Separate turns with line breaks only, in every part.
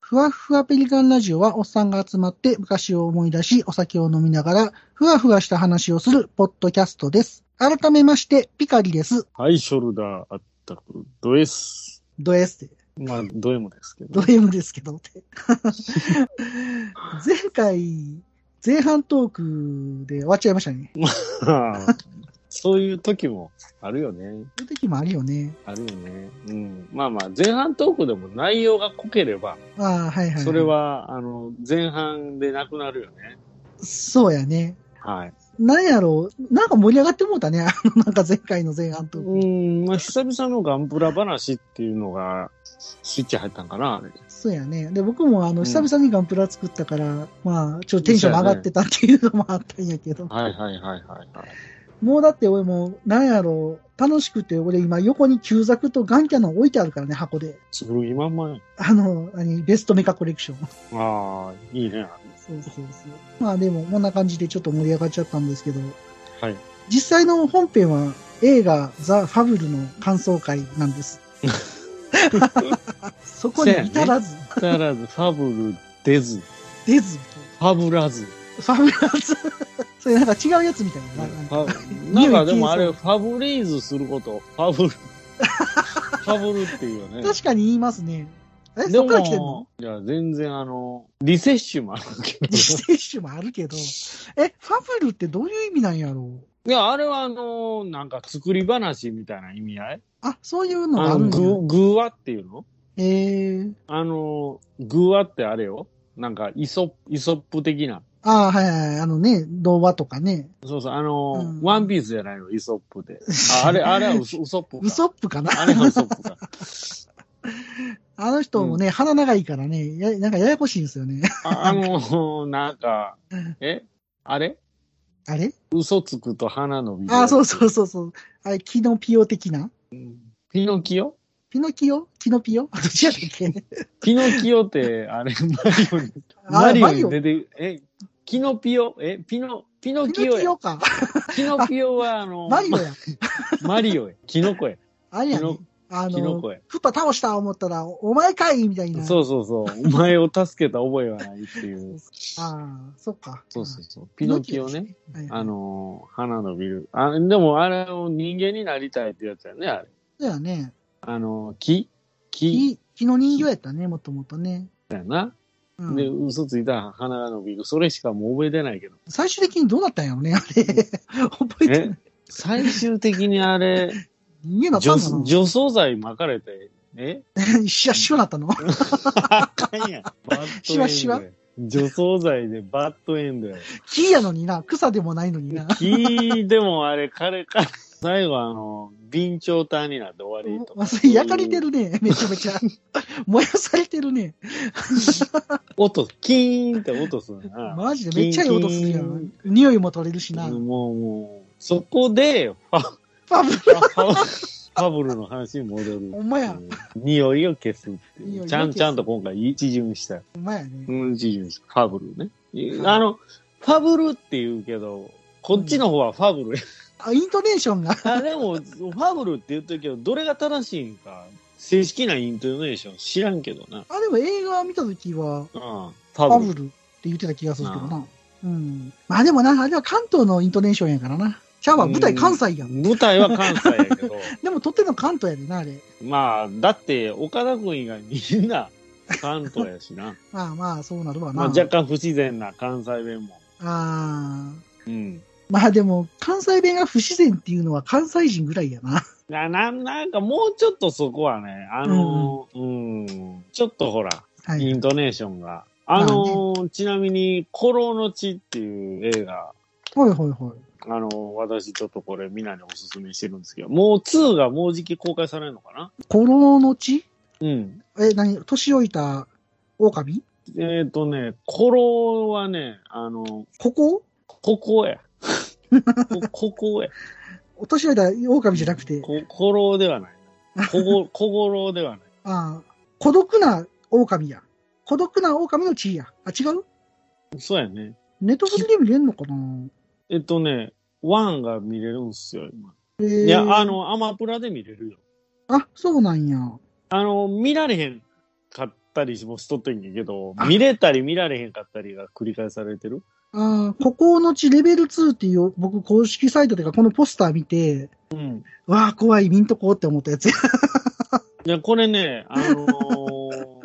ふわふわペリカンラジオはおっさんが集まって昔を思い出しお酒を飲みながらふわふわした話をするポッドキャストです。改めまして、ピカリです。
はい、ショルダーあったく、ド S。
ドエステ、
まあ、ド M ですけど。
ド エムですけどって。 前回、前半トークで終わっちゃいましたね。
そういう時もあるよね。
そういう時もあるよね。
あるよね。うん。まあまあ、前半トークでも内容が濃ければ、
ああ、はいはい。
それ。は、あの、前半でなくなるよね。
そうやね。
はい。
なんやろう、なんか盛り上がってもうたね。あの、なんか前回の前半トーク。
うん、まあ、久々のガンプラ話っていうのが、スイッチ入ったんかな。
そうやね。で、僕もあ
う
の、
ん
久々にガンプラ作ったから、まあ、ちょっとテンション上がってたっていうのもあったんやけど。
はいはいはいはい。
もうだって俺も、なんやろう、楽しくて、俺今横に旧作とガンキャノン置いてあるからね、箱で。
つぶ今まや
あの、何、ベストメカコレクション。
ああ、いいね。
そうそうそう。まあでも、こんな感じでちょっと盛り上がっちゃったんですけど、
はい。
実際の本編は映画ザ・ファブルの感想会なん です。そこに至らず、
たらず、ファブル出ず、フ
出ず、
ァブらず。
ファブラーズ。それなんか違うやつみたいな。なんか
ファなんかでもあれ、ファブリーズすること、ファ ブル、ファブルっていうよね。
確かに言いますね。え、
で
そっから来てんの
も、いや、全然あの、リセッシュもあるけど。
自接種もあるけど。え、ファブルってどういう意味なんやろう
いや、あれはあの、なんか作り話みたいな意味合い
あ、そういうのがあ
あ
る
の、
んだ。
ぐ、ぐわっていうの
えー。
あの、ぐわってあれよ。なんか、イソップ、イソップ的な。
ああ、はいはいはい。あのね、童話とかね。
そうそう、あの、
うん
ワンピースじゃないの、イソップで。ああれ、あれ はウソウソップか。
ウソップかな
あれはウソップか。
あの人もね、鼻長いからね、や、なんかややこしいんですよね。
ああの、なんか、えあれ
あれ
嘘つくと鼻伸びる。
ああ、そうそうそうそう。あれ、キノピオ的な
ピノキオ
ピノキオキノピオどっちやったっけ
ピノキオ って、あれ、マリオに、
あ
マ
れ
リオに出てる、え、キノピオえ、ピノ、ピノ
ピ
キ
ノ
オ
キ
や。
オか。
キノピオは、あ の、
マリオ
ま
や。
マリオや。キノコや。
あれや
キ
ね
ノ。
あ
キノコ
の、
や。
クッパ倒した思ったら、お前かいみたいな。う。
そうそうそう。お前を助けた覚えはないっていう。
ああ、そっか。
そうそうそう。ピノキオね。。
はいはい
あの、鼻伸びる。あでも、あれを人間になりたいってやつやね、あれ。
そうやね。
あの、木
木、
木
木の人形やったね、もともとね。
だよな。
うん
で、嘘ついたら鼻が伸びる。それしかもう覚えてないけど。
最終的にどうなったんやろね、あ れ。覚えて
え
ない。
最終的にあれ、
人間だった
除
んかな
除草剤巻かれて、え
シワシワな ったの
あかんやん。 バッドエンドや
しわしわ
除草剤でバッドエンドや。
木やのにな、草でもないのにな。
木でもあれ、彼か、最後あの、備長炭になって終わりと
ま
か。
あ、それ焼かれてるね、めちゃめ ちゃ。燃やされてるね。
音、キーンって音するな。
マジでめっちゃいい音するや
キ
ん
ン。
匂いも取れるしな。
うんもう、もう、そこで、ファ、フ
パブ、
ァ、ファファブルの話に戻る。
ほんまや
うん匂いを消すってい
匂いを消
う。
す
ちゃんちゃんと今回一巡した。
ほんまやね。
うん、一巡した。ファブルね。いあの、ファブルって言うけど、こっちの方はファブルや。
あ、イントネーションが。
あ、でも、ファブルって言ってるけど、どれが正しいんか、正式なイントネーション知らんけどな。
あ、でも映画見たときは、
うん。フ
パ
ァブ
ブ
ル。
ルって言ってた気がするけどな。うん。まあでもな、あれは関東のイントネーションやからな。シャワー舞台関西やん。
舞台は関西やけど、
でも撮ってんの関東やでな、あれ。
まあ、だって、岡田君以外みんな関東や しな。
まあまあ、そうなるわ
ま
な。
あ、若干不自然な関西弁も。
ああ。
うん。
まあでも、関西弁が不自然っていうのは関西人ぐらいやな。
な、な、なんかもうちょっとそこはね、あのー、うん、ちょっとほら、
は
イ
い。
ントネーションが。あのーちなみに、コロの地っていう映画、
ほいほいほい。
あのー私ちょっとこれみんなにおすすめしてるんですけど、もう2がもうじき公開されるのかな
コロの地
うん。
え、何年老いた狼
えっ、とね、コロはね、あのー
ここ
ここや。こ ここや。
年老いた狼じゃなくて、
こ、コロではない。こ ご、こごろではない。
ああ、孤独な狼や。孤独な狼の地や。あ、違う
そうやね。
ネットフリで見れんのかな
えっとね、ワンが見れるんすよ、今。
えー
いや、あ。の、アマプラで見れるよ。
あ、そうなんや。
あの、見られへんかっったりもしとってんやけ ど
あ、
見れたり見られへんかったりが繰り返されてる。
ああ、ここの地レベル2っていう、僕公式サイトというかこのポスター見て、
うん。
わあ、怖い、見んとこうって思ったやつや。
いや、これね、あのー、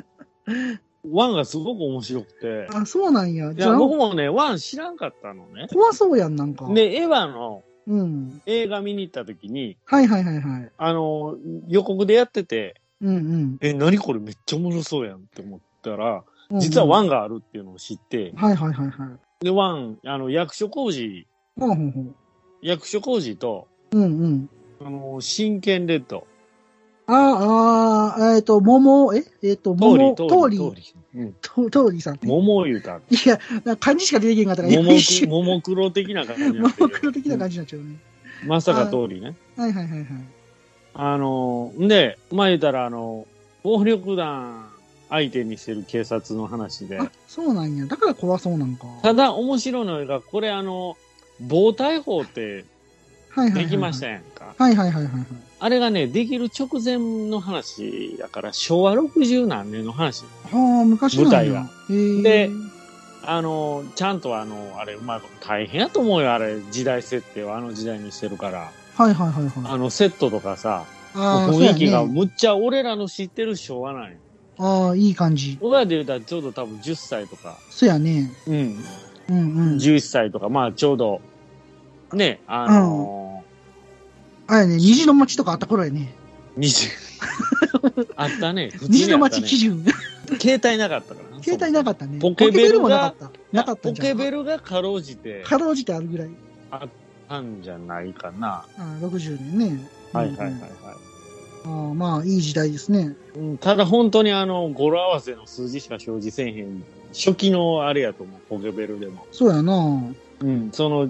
ワンがすごく面白くて、
あそうなんや。
い
じゃ
や、
あ、
僕もね、ワン知らんかったのね。
怖そうやん、なんか。。
で、エヴァの
うん。
映画見に行った時に、
はいはいはいはい。
あのー、予告でやってて、
うんうん。
え、何これめっちゃおもろそうやんって思ったら、
うん
実はワ
ン。
ンがあるっていうのを知って、
はいはいはいはい。
で、ワン、あの、役所工事、
ほうほうほう。
役所工事と、
うんうん。
あの、真剣レッド。
ああ、あーえっ、と、桃、ええっ、と、
通
桃、
り、
通
通り、
り、
通り。うん。
と通りさんって。
桃言うた。
いや、なんか漢字しか出てけんかったから、
桃
一
く、
瞬、
桃黒的な感じにな
桃
ってる
黒的な感じになっちゃうね。
まさか通りね。
はいはいはいはい。
あの、んで、まあ言うたら、あの、暴力団相手にしてる警察の話で
あ。、そうなんや。だから怖そうなんか。
ただ、面白いのが、これあの、防体法って
はいはいはいはい。
できましたやん か。
はいはいはいはいはい。
あれがね、できる直前の話やから、昭和60何年の話。
はあ、昔なんや
舞台は。
へえ
であの、ちゃんとあの、あれ、うまいこと大変やと思うよ、あれ、時代設定をあの時代にしてるから。
はいはいはいはい。
あの、セットとかさ、
あー
雰囲気が
そうやね
むっちゃ俺らの知ってる昭和なんよ。
ああ、いい感じ。
僕らで言うたらちょうど多分10歳とか、
そうやね。
うん、
うんうん。
11歳とか、まあちょうど、ね、あの
あれやね、虹の町とかあった頃やね。
ー、20、あったね。普通に
虹の
あった
町
ね
基準。
携帯なかったからな
携帯なかったね。
ポケベ
ポ
ルが
もなかった。なかった
ポ
んじゃ
ケ
ん。
ベルがかろうじて
かろうじてあるぐらい。
あったんじゃないかな。
ああ、60年ね。
はいはいはい
うんうん
はい。
ああまあ、いい時代ですね。
うんただ本当にあの、語呂合わせの数字しか表示せえへん。初期のあれやと思う、ポケベルでも。
そうやな。
うん、その、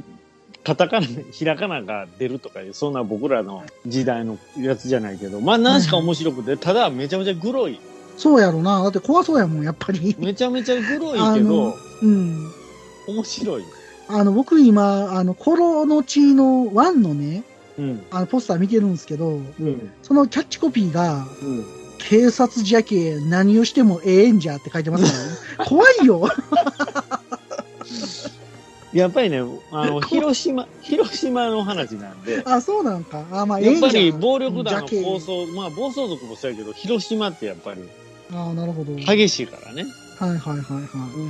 カタカナ、ひらがなが出るとかいう、そんな僕らの時代のやつじゃないけど、まあ何しか面白くて、ただめちゃめちゃグロい。
そうやろな。だって怖そうやもん、やっぱり。
めちゃめちゃグロ
あ
いけど
の、うん。
面白い。
あの、僕今、あの、コロの地のワンのね、
うん。
あの、ポスター見てるんですけど、
うん。
そのキャッチコピーが、
うん。
警察じゃけ何をしてもええんじゃって書いてます からね。怖いよ。
やっぱりね、あの、広島、広島の話なんで、
あ、そうなんか。あ、まあ、え
や
え
っ
んじゃ
ぱり暴力団の
じゃけ
暴走、まあ暴走族もそうやけど、広島ってやっぱり
あなるほど。はい
激しいからね。
はいはいは
う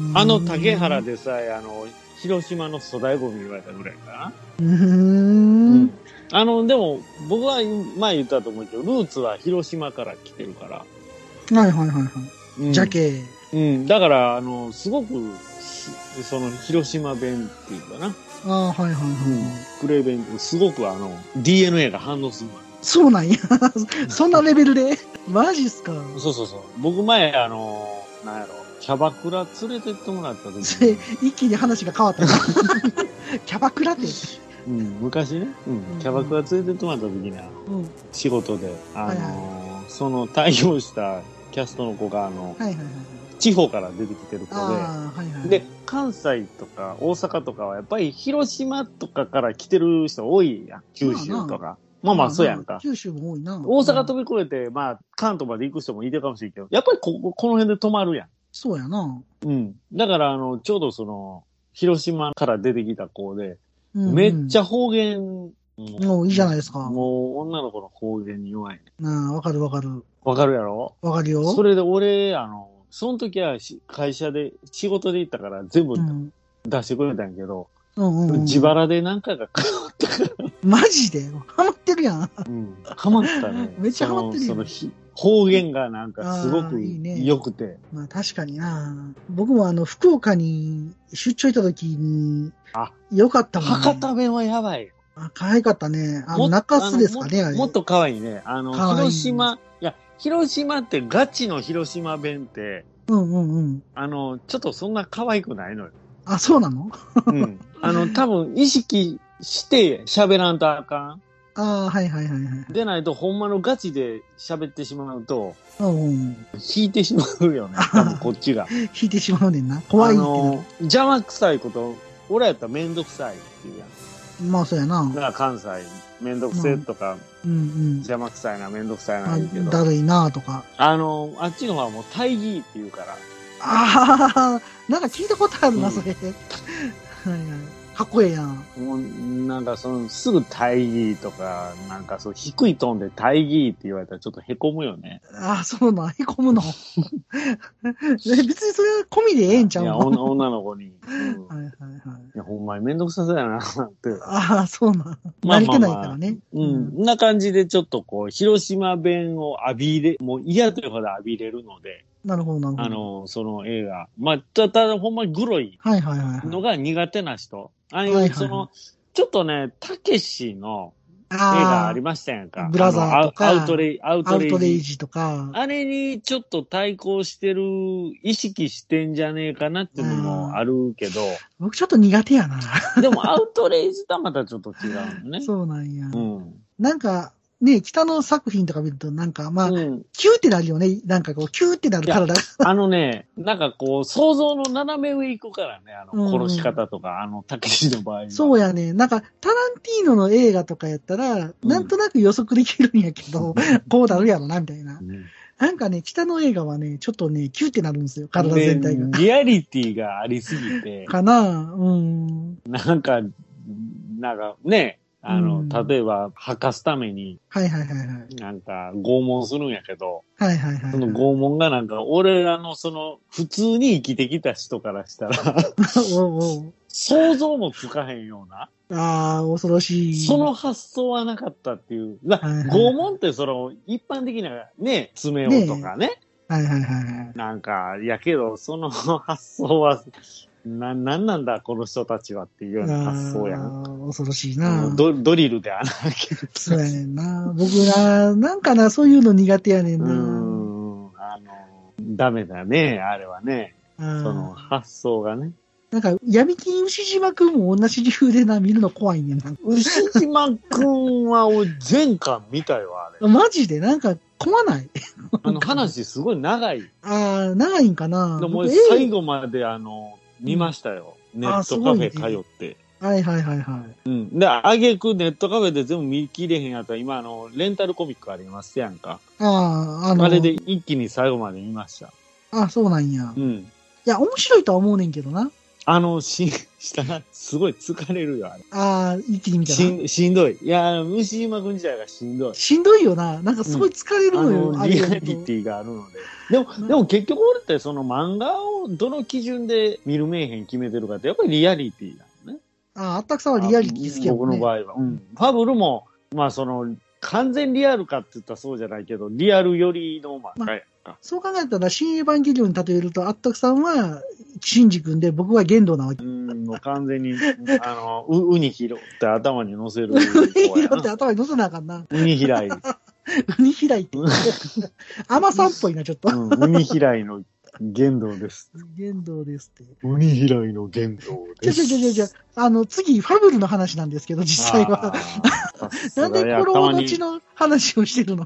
ん。
い。
あの竹原でさえ、あの、広島の粗大ゴミ言われたぐらいかな。
うーん。
あの、でも、僕は前言ったと思うけど、ルーツは広島から来てるから。
はいはいはいは
うん
い。じゃけ
うん。だから、あの、すごく、しその、広島弁っていうかな。
ああ、はいはいはい。
クレー弁って、すごくあの、DNA が反応するわ。
そうなんや。そんなレベルで。マジっすか。
そうそうそう。僕前、あの、なんやろ、キャバクラ連れてってもらった時
せ
に、
一気に話が変わった な。キャバクラって。
うん、昔ね、うん、キャバクラ連れてってもらった時に、あの、
うん。
仕事で、あ
はい
の、その、対応したキャストの子が、あの、
はいはいはい。
地方から出てきてる子で、
ああ、はいはい。
で、関西とか大阪とかはやっぱり広島とかから来てる人多いやん、九州とか。まあまあ、そうやんか。
九州も多いな。
大阪
うん
飛び越えて、まあ、関東まで行く人もいてるかもしれんけど、やっぱりここ、この辺で止まるや
そうやな。
ん。うん。だから、あの、ちょうどその、広島から出てきた子で、
うんうん
めっちゃ方言、
もういいじゃないですか。
もう女の子の方言に弱いね。
なあ、わかるわかる。
わかるやろ
わかるよ。
それで俺、あの、その時はし会社で、仕事で行ったから全部
うん。
出してくれたんやけど、
うんうんうん。
自腹で何回か買ったから
マジでハマってるやん。 。
うんハマったね
めっちゃハマってるよ
そのその方言がなんかすご
あー
く
いいね
良くて。
まあ確かにな。僕もあの、福岡に出張行った時に、
あ
よかったもん、ね。
博多弁はやばい。
あ可愛かったね。あの、
もっ
中洲ですかね、
あ
あ
の
れ。
ももっと可愛いね。あの、
可愛い
広島、いや、広島ってガチの広島弁って、
うんうんうん。
あの、ちょっとそんな可愛くないの よ。
あ、そうなの
うん。あの、多分意識して喋らんとあか
ああ、はいはいはいはい。
ん。でないと、ほんまのガチで喋ってしまうと、
うんうん。
引いてしまうよね。多分こっちが。
引い てしまうねんな。怖いって
あ
なる。
の邪魔くさいこと、俺やったらめんどくさいっていうやん。
まあ、そうやな。
だから関西、めんどくせえとか、
うんうん。
邪魔くさいな、めんどくさいな、
あ
言うけど、
だるいなとか。
あの、あっちの方はもう大義って言うから、
ああ、なんか聞いたことある
う
な、
ん
それ。はいはい。かっこええやん。
もうなんかその、すぐ大義とか、なんかそう、低いトーンで大義って言われたらちょっとへこむよね。
ああ、そうなん、へこむ の。え別にそれは込みでええんちゃう
いや、
の
おん女の子に。 うん
はいはいはい。
いや、ほんまにめんどくさそうやな、って。
ああ、そうなん。
まあまあま
慣
あ
れてないからね。
うん。んな感じで、ちょっとこう、広島弁を浴びれ、もう嫌というほど浴びれるので、
なるほど、なるほど。
あの、その映画。まあ、たただほんまにグロい
はいはいはいは
の
い。
が苦手な人。ああい
はいはいは
う、
い
その、ちょっとね、たけしの映画
あ
ありましたやんか。
ブラザーとか
あのアウアウトレイ、アウ
あ、ア
トレ
ウ
イ
トレイ
ジ。
ジとか。
あれにちょっと対抗してる、意識してんじゃねえかなっていうのもあるけ ど、
僕ちょっと苦手やな。
でもアウトレイジとはまたちょっと違うのね。
そうなんや。
うん。
なんか、ね、北の作品とか見ると、なんか、まあ、
うん。
キューってなるよね。なんかこう、キューってなる体が。
あのね、なんかこう、想像の斜め上行くからね、あの、殺し方とか、あの、たけしの場合は。
そうやね。なんか、タランティーノの映画とかやったら、なんとなく予測できるんやけど、こうなるやろな、みたいな
う。ん。
なんかね、北の映画はね、ちょっとね、キューってなるんですよ。体全体が。
でリアリティがありすぎて、
かなうん。
なんか、なんかね、あの、
うん
例えば、吐かすために、
はいはいはいはい。
なんか、拷問するんやけど、
はいはいはい。
その拷問がなんか、俺らのその、普通に生きてきた人からしたら、
おうおう
想像もつかへんような、
ああ、恐ろしい。
その発想はなかったっていう。な
はいはい
拷問ってその、一般的なね、爪をとかね、
はいはいはい。
なんか、やけど、その発想は、な、なんなんだ、この人たちはっていうような発想や
あ
ん。
ー恐ろしい
も
な
う。ドドリルで穴開ける。
そうやねんな。僕な、なんかな、そういうの苦手やねん
うー
な。
ん、あの、ダメだね、あれはね。
あ
その
ー
発想がね。
なんか、闇金牛島くんも同じ理由でな、見るの怖いねんな。
牛島くんは、俺、前回見たよ、あれ。
マジで、なんか、怖ない。
あの話すごい長い。
ああ、長いんかな。
でも
僕
俺
映画
最後まで、あの、見ましたよ。ネットカフェ通って。
はいはいはいはい。
うん。で、あげくネットカフェで全部見切れへんやったら、今、あの、レンタルコミックありますやんか。
ああ、あの、
あれで一気に最後まで見ました。
あそうなんや。
う
い
ん。
や、面白いとは思うねんけどな。
あの、し、したら、すごい疲れるよ、あれ。
ああ、一気に見た
し
ら。
ん、しんどい。いや、牛島くん自体がしんどい。
しんどいよな。なんかすごい疲れる
あ
のよ。
の、
あれ
リ
や
ア
る
リ
と
ティがあるので。でも、でも結局俺ってその漫画をどの基準で見る名編決めてるかって、やっぱりリアリティなのね。
ああ、あったくさんはリアリティ好きやも
僕
んね。
の場合は。うん。ファブルも、まあその、完全リアルかって言ったらそうじゃないけど、リアルよりの漫画やんか。
そう考えたら、新エヴァンゲリオンに例えると、あったくさんは、シンジ君で、僕は玄道なわけ。
うん、もう 完全に、あの、う、うにひろって頭に乗せる
ウ
子や
ニ
な。
ヒラって頭に乗せなあかん な。
ウニ嫌い。
ウニヒライって。甘さんっぽいな、ちょっと。
うん、ウニ嫌いの言動です。
玄道ですって。
ウニ嫌いの言動
じゃじ
で
ゃ
す。
じゃじゃじゃ、あの、次、ファブルの話なんですけど、実際は。
あー。
なんで
コ
コロの血の話をしてるの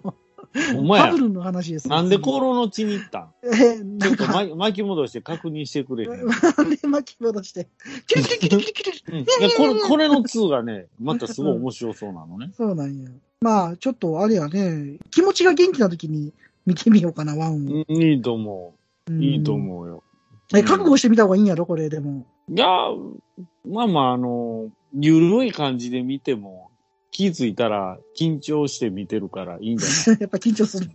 フ
ほんま
ァ
や
ブ。ルの話です。
なんでコロの血に行ったん
えー、
ち
な
ょっ
ん
と
か、
巻巻き 戻して確認してくれへん。うん
なんで巻き戻して。キュルキュルキュルキュルキュル
いやこれ、これの2がね、またすごい面白そうなのね。
そうなんや。まあ、ちょっとあれやね、気持ちが元気な時に見てみようかな、ワンを。
うんいいと思
う
う。
ん
いいと思うよ。
え、覚悟してみた方がいいんやろ、これ、でも。
いや、まあまあ、あの、ゆるい感じで見ても、気づいたら緊張して見てるからいいんじゃない
やっぱ緊張する。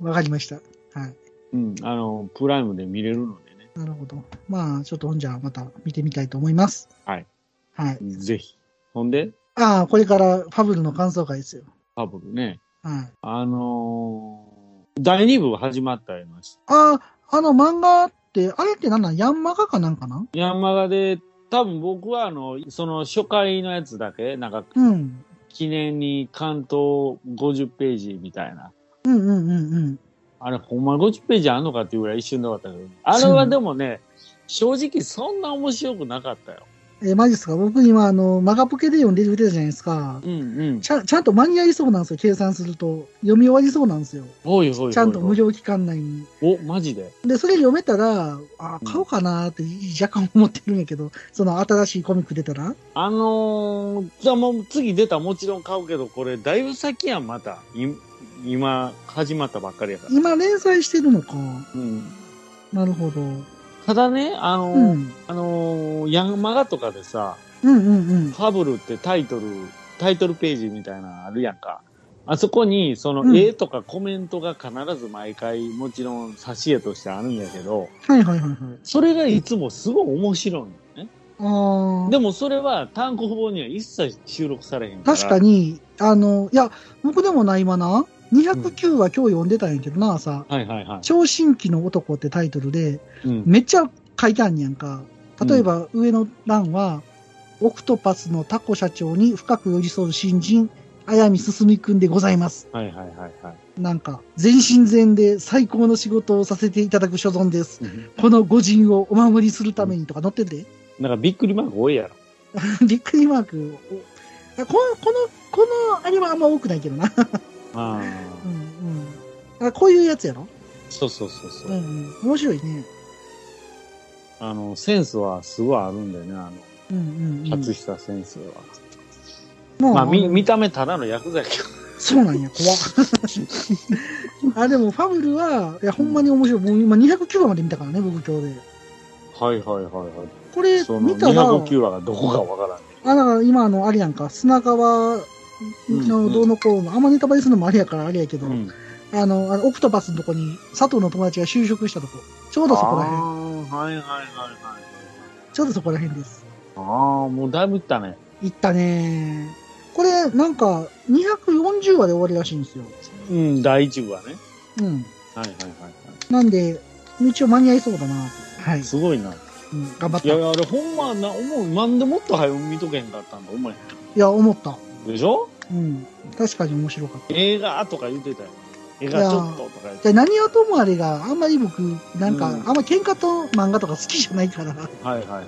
わかりました。はい。
うん、あの、プライムで見れるのでね。
なるほど。まあ、ちょっとほんじゃ、また見てみたいと思います。
はい。
はい。
ぜひ。ほんで、
ああ、これからファブルの感想会ですよ。
ファブルね。
はい。
あのー第2部始まったりまし
ああ、あの漫画って、あれってなんなんヤンマガかなんかな
山賀で、多分僕はあの、その初回のやつだけ、なんか
うん。
記念に関東50ページみたいな。
うんうんうんうん。
あれ、ほんま50ページあんのかっていうぐらい一瞬で終わったけど。あれはでもね、正直そんな面白くなかったよ。
えーマジっすか僕今、あの、マガポケで読んでるてたじゃないですか。
うんうん。
ちゃんちゃんと間に合いそうなんですよ、計算すると。読み終わりそうなんですよ。
おいおいおいおい。
ちゃんと無料期間内に。
お、マジで。
で、それ読めたら、あ、買おうかなーって若干思ってるんやけど、その新しいコミック出たら。
あのー、じゃあもう次出たらもちろん買うけど、これだいぶ先やん、また。い今、始まったばっかりやから。
今連載してるのか。
うん。
なるほど。うん。
ただね、あのー
うん
あのー、ヤンマガとかでさ、
うんうん。
ファブルってタイトル、タイトルページみたいなのあるやんか。あそこに、そ
うん
の絵とかコメントが必ず毎回、もちろん挿絵としてあるんやけど、
はいはいはいはい。
それがいつもすごい面白いのね。
ああ。
でもそれは単行本には一切収録されへんから。
確かに、あの、いや、僕でもな、今な、209は今日読んでたんやけどな、朝。
はいはいはい。
超新規の男ってタイトルで、
うん。
めっちゃ書いてあんねやんか。例えば、上の欄は、オクトパスのタコ社長に深く寄り添う新人、綾見進くんでございます。
はいはいはいはい。
なんか、全身全霊最高の仕事をさせていただく所存です。
うん
この御人をお守りするためにとか載ってて。
なんかびっくりマーク多いや ろ。
びっくりマークを。あこの、この、このアニメはあんま多くないけどな。
ああ。
うんうん。あ、こういうやつやろ
そうそうそうそうう、
んうん。面白いね。
あの、センスはすごいあるんだよね、あ
うんうん、うん。
の、初久先生は。
もう、
まあ、み、見た目ただのヤクザやけ
そうなんや、 怖っあ、でも、ファブルは、いや、ほんまに面白い。もう今209話まで見たからね、僕今日で。
ど。はいはいはい
こ
は
れ
い。そ、の
見たら、
209話がどこかわからんね。
あ、だから今あの、あれやんか、砂川のどうのこうの、あんまネタバレするのもあれやからあれやけど、
うん。
あの、あのオクトパスのとこに、佐藤の友達が就職したとこ。ちょうどそこら辺。
ああ、はいはいはいはい。
ちょうどそこら辺です。
ああ、もうだいぶいったね。
いったねこれ、なんか、240話で終わりらしいんですよ。
うん、第一部はね。
うん。
はいはいはい
なんで、一応間に合いそうだな。は
はいい。。すごいな。
うん、頑張った。
いや
い
いや、あれほんまな、思う、なんでもっと早く見とけへんかったんだ、お前。
や、思った。
でしょ
うん。確かに面白かった。
映画とか言ってたよ。映画ちょっととか言って。
で何はともあれがあんまり僕、なんか、
うん
あんま喧嘩と漫画とか好きじゃないから、
はいはいはい。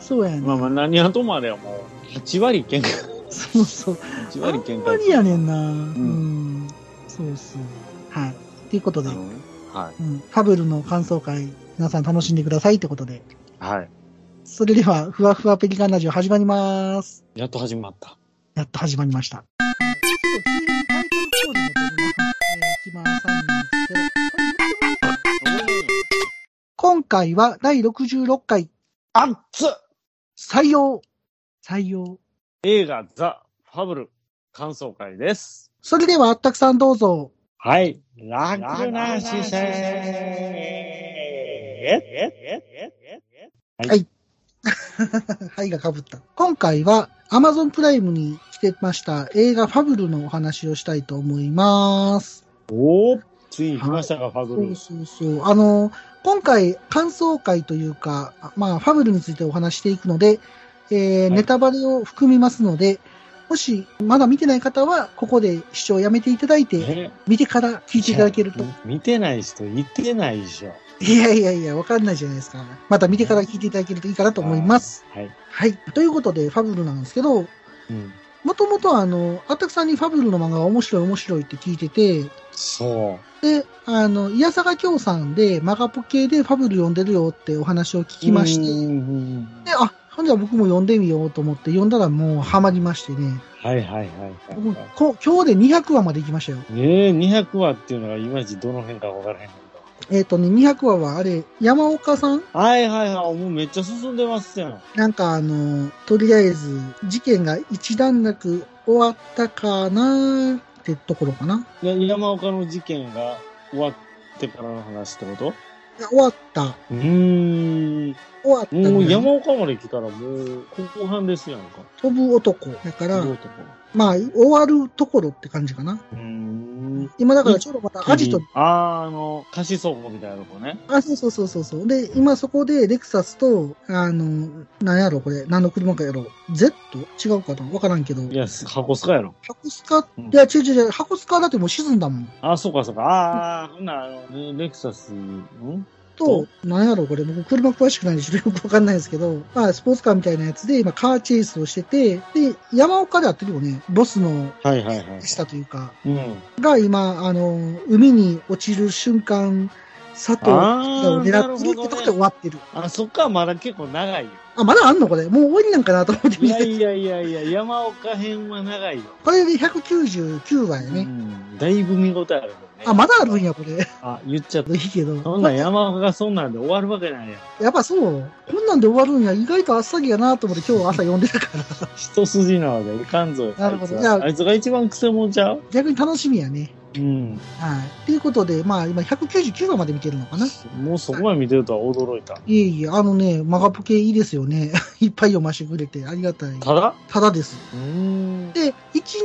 そうやねん。
まあまあ、何はともあれはもう、8割喧嘩。
そうそう。
8
あ
割
ん
喧嘩。
まりやねんな。うん。そうそう。はい。ということ
う
で、うん
ん。はい。
ファブルの感想会、皆さん楽しんでくださいってことで。
はい。
それでは、ふわふわペリカンラジオ始まります。
やっと始まった。
やっと始まりました。今回は第66回、
あっつ
採用採用
映画ザ・ファブル感想会です。
それでは、あったくさんどうぞ。
はい。楽な姿勢。え
はいがかぶった。今回は、Amazon プライムに来てました映画ファブルのお話をしたいと思います。
おーついに来ましたか、ファ
そ
ブ
う
ル。
そうそう。あの、今回、感想会というか、あまあ、ファブルについてお話していくので、えー
い
ネタバレを含みますので、もし、まだ見てない方は、ここで視聴をやめていただいて、
え
見てから聞いていただけると。
見てない人いてないでしょ。
いやいやいや、わかんないじゃないですか。また見てから聞いていただけるといいかなと思います。
はい。
はい。ということで、ファブルなんですけど、
うん。
もともとあの、あったくさんにファブルの漫画が面白い面白いって聞いてて、
そう。
で、あの、イヤサガ京さんで、マガポケでファブル読んでるよってお話を聞きまして、
うんうんうん
で、あ、ほんじゃ僕も読んでみようと思って、読んだらもうハマりましてね。
はいはいはいはい
僕
はい。
こ今日で200話まで行きましたよ。
ねえ、200話っていうのがいまいちどの辺か分からへんけど。
えっ、とね、200話はあれ、山岡さん
はいはいはい、もうめっちゃ進んでますやん。
なんかあの、とりあえず、事件が一段落終わったかなってところかな。
いや山岡の事件が終わってからの話ってこと
いや終わった。
うーん。
終わったね、
もう山岡まで来たらもう後半ですやんか。
飛ぶ男。だから、
どうとか
まあ、終わるところって感じかな。
うーん。
今だからちょうどまたアジト
君あー、あの、貸し倉庫みたいなとこね。
あ、そうそうそうそうそう。で、今そこでレクサスと、あの、なんやろこれ、何の車かやろ ?Z? 違うかなわからんけど。
いや、箱すかやろ。
箱スカ、
うん
いや、違う違う違う、箱スカだってもう沈んだもん。
あー、そうかそうか。あー、ほんならあの、レレクサス、ん
と、なんやろ、これ、僕、車詳しくないんで、ちょっとよくわかんないですけど、まあ、スポーツカーみたいなやつで、今、カーチェイスをしてて、で、山岡であってるよね、ボスの
はいはいはい。
下というか、
うん。
が今、あの、海に落ちる瞬間、佐藤を狙ってるってとこで終わってる。
あそこはまだ結構長いよ。
あ、まだあんのこれ。もう終わりなんかなと思って
い
見
や
てて。
いやいやいや、山岡編は長いよ。
これで199話や
う
ね。
ん。だいぶ見応えあるよね。
あ、まだあるんや、これ。
あ、言っちゃった
い。いけど。
そんなん山岡がそんなんで終わるわけないや ん。
やっぱそう。こんなんで終わるんや、意外とあっさりやなと 思って今日朝読んでたから。
一筋縄でいかんぞ。
なるほど
あいつ
じゃあ
はあいつが一番くせ者ちゃう
逆に楽しみやね。
うん。
はい。ということで、まあ今199話まで見てるのかな。い
もうそこまで見てるとは驚いた。
えいえ、あのね、マガポケいいですよね。 いっぱい読ませてくれてありがたい。
ただ
ただです。
うーん。
で、1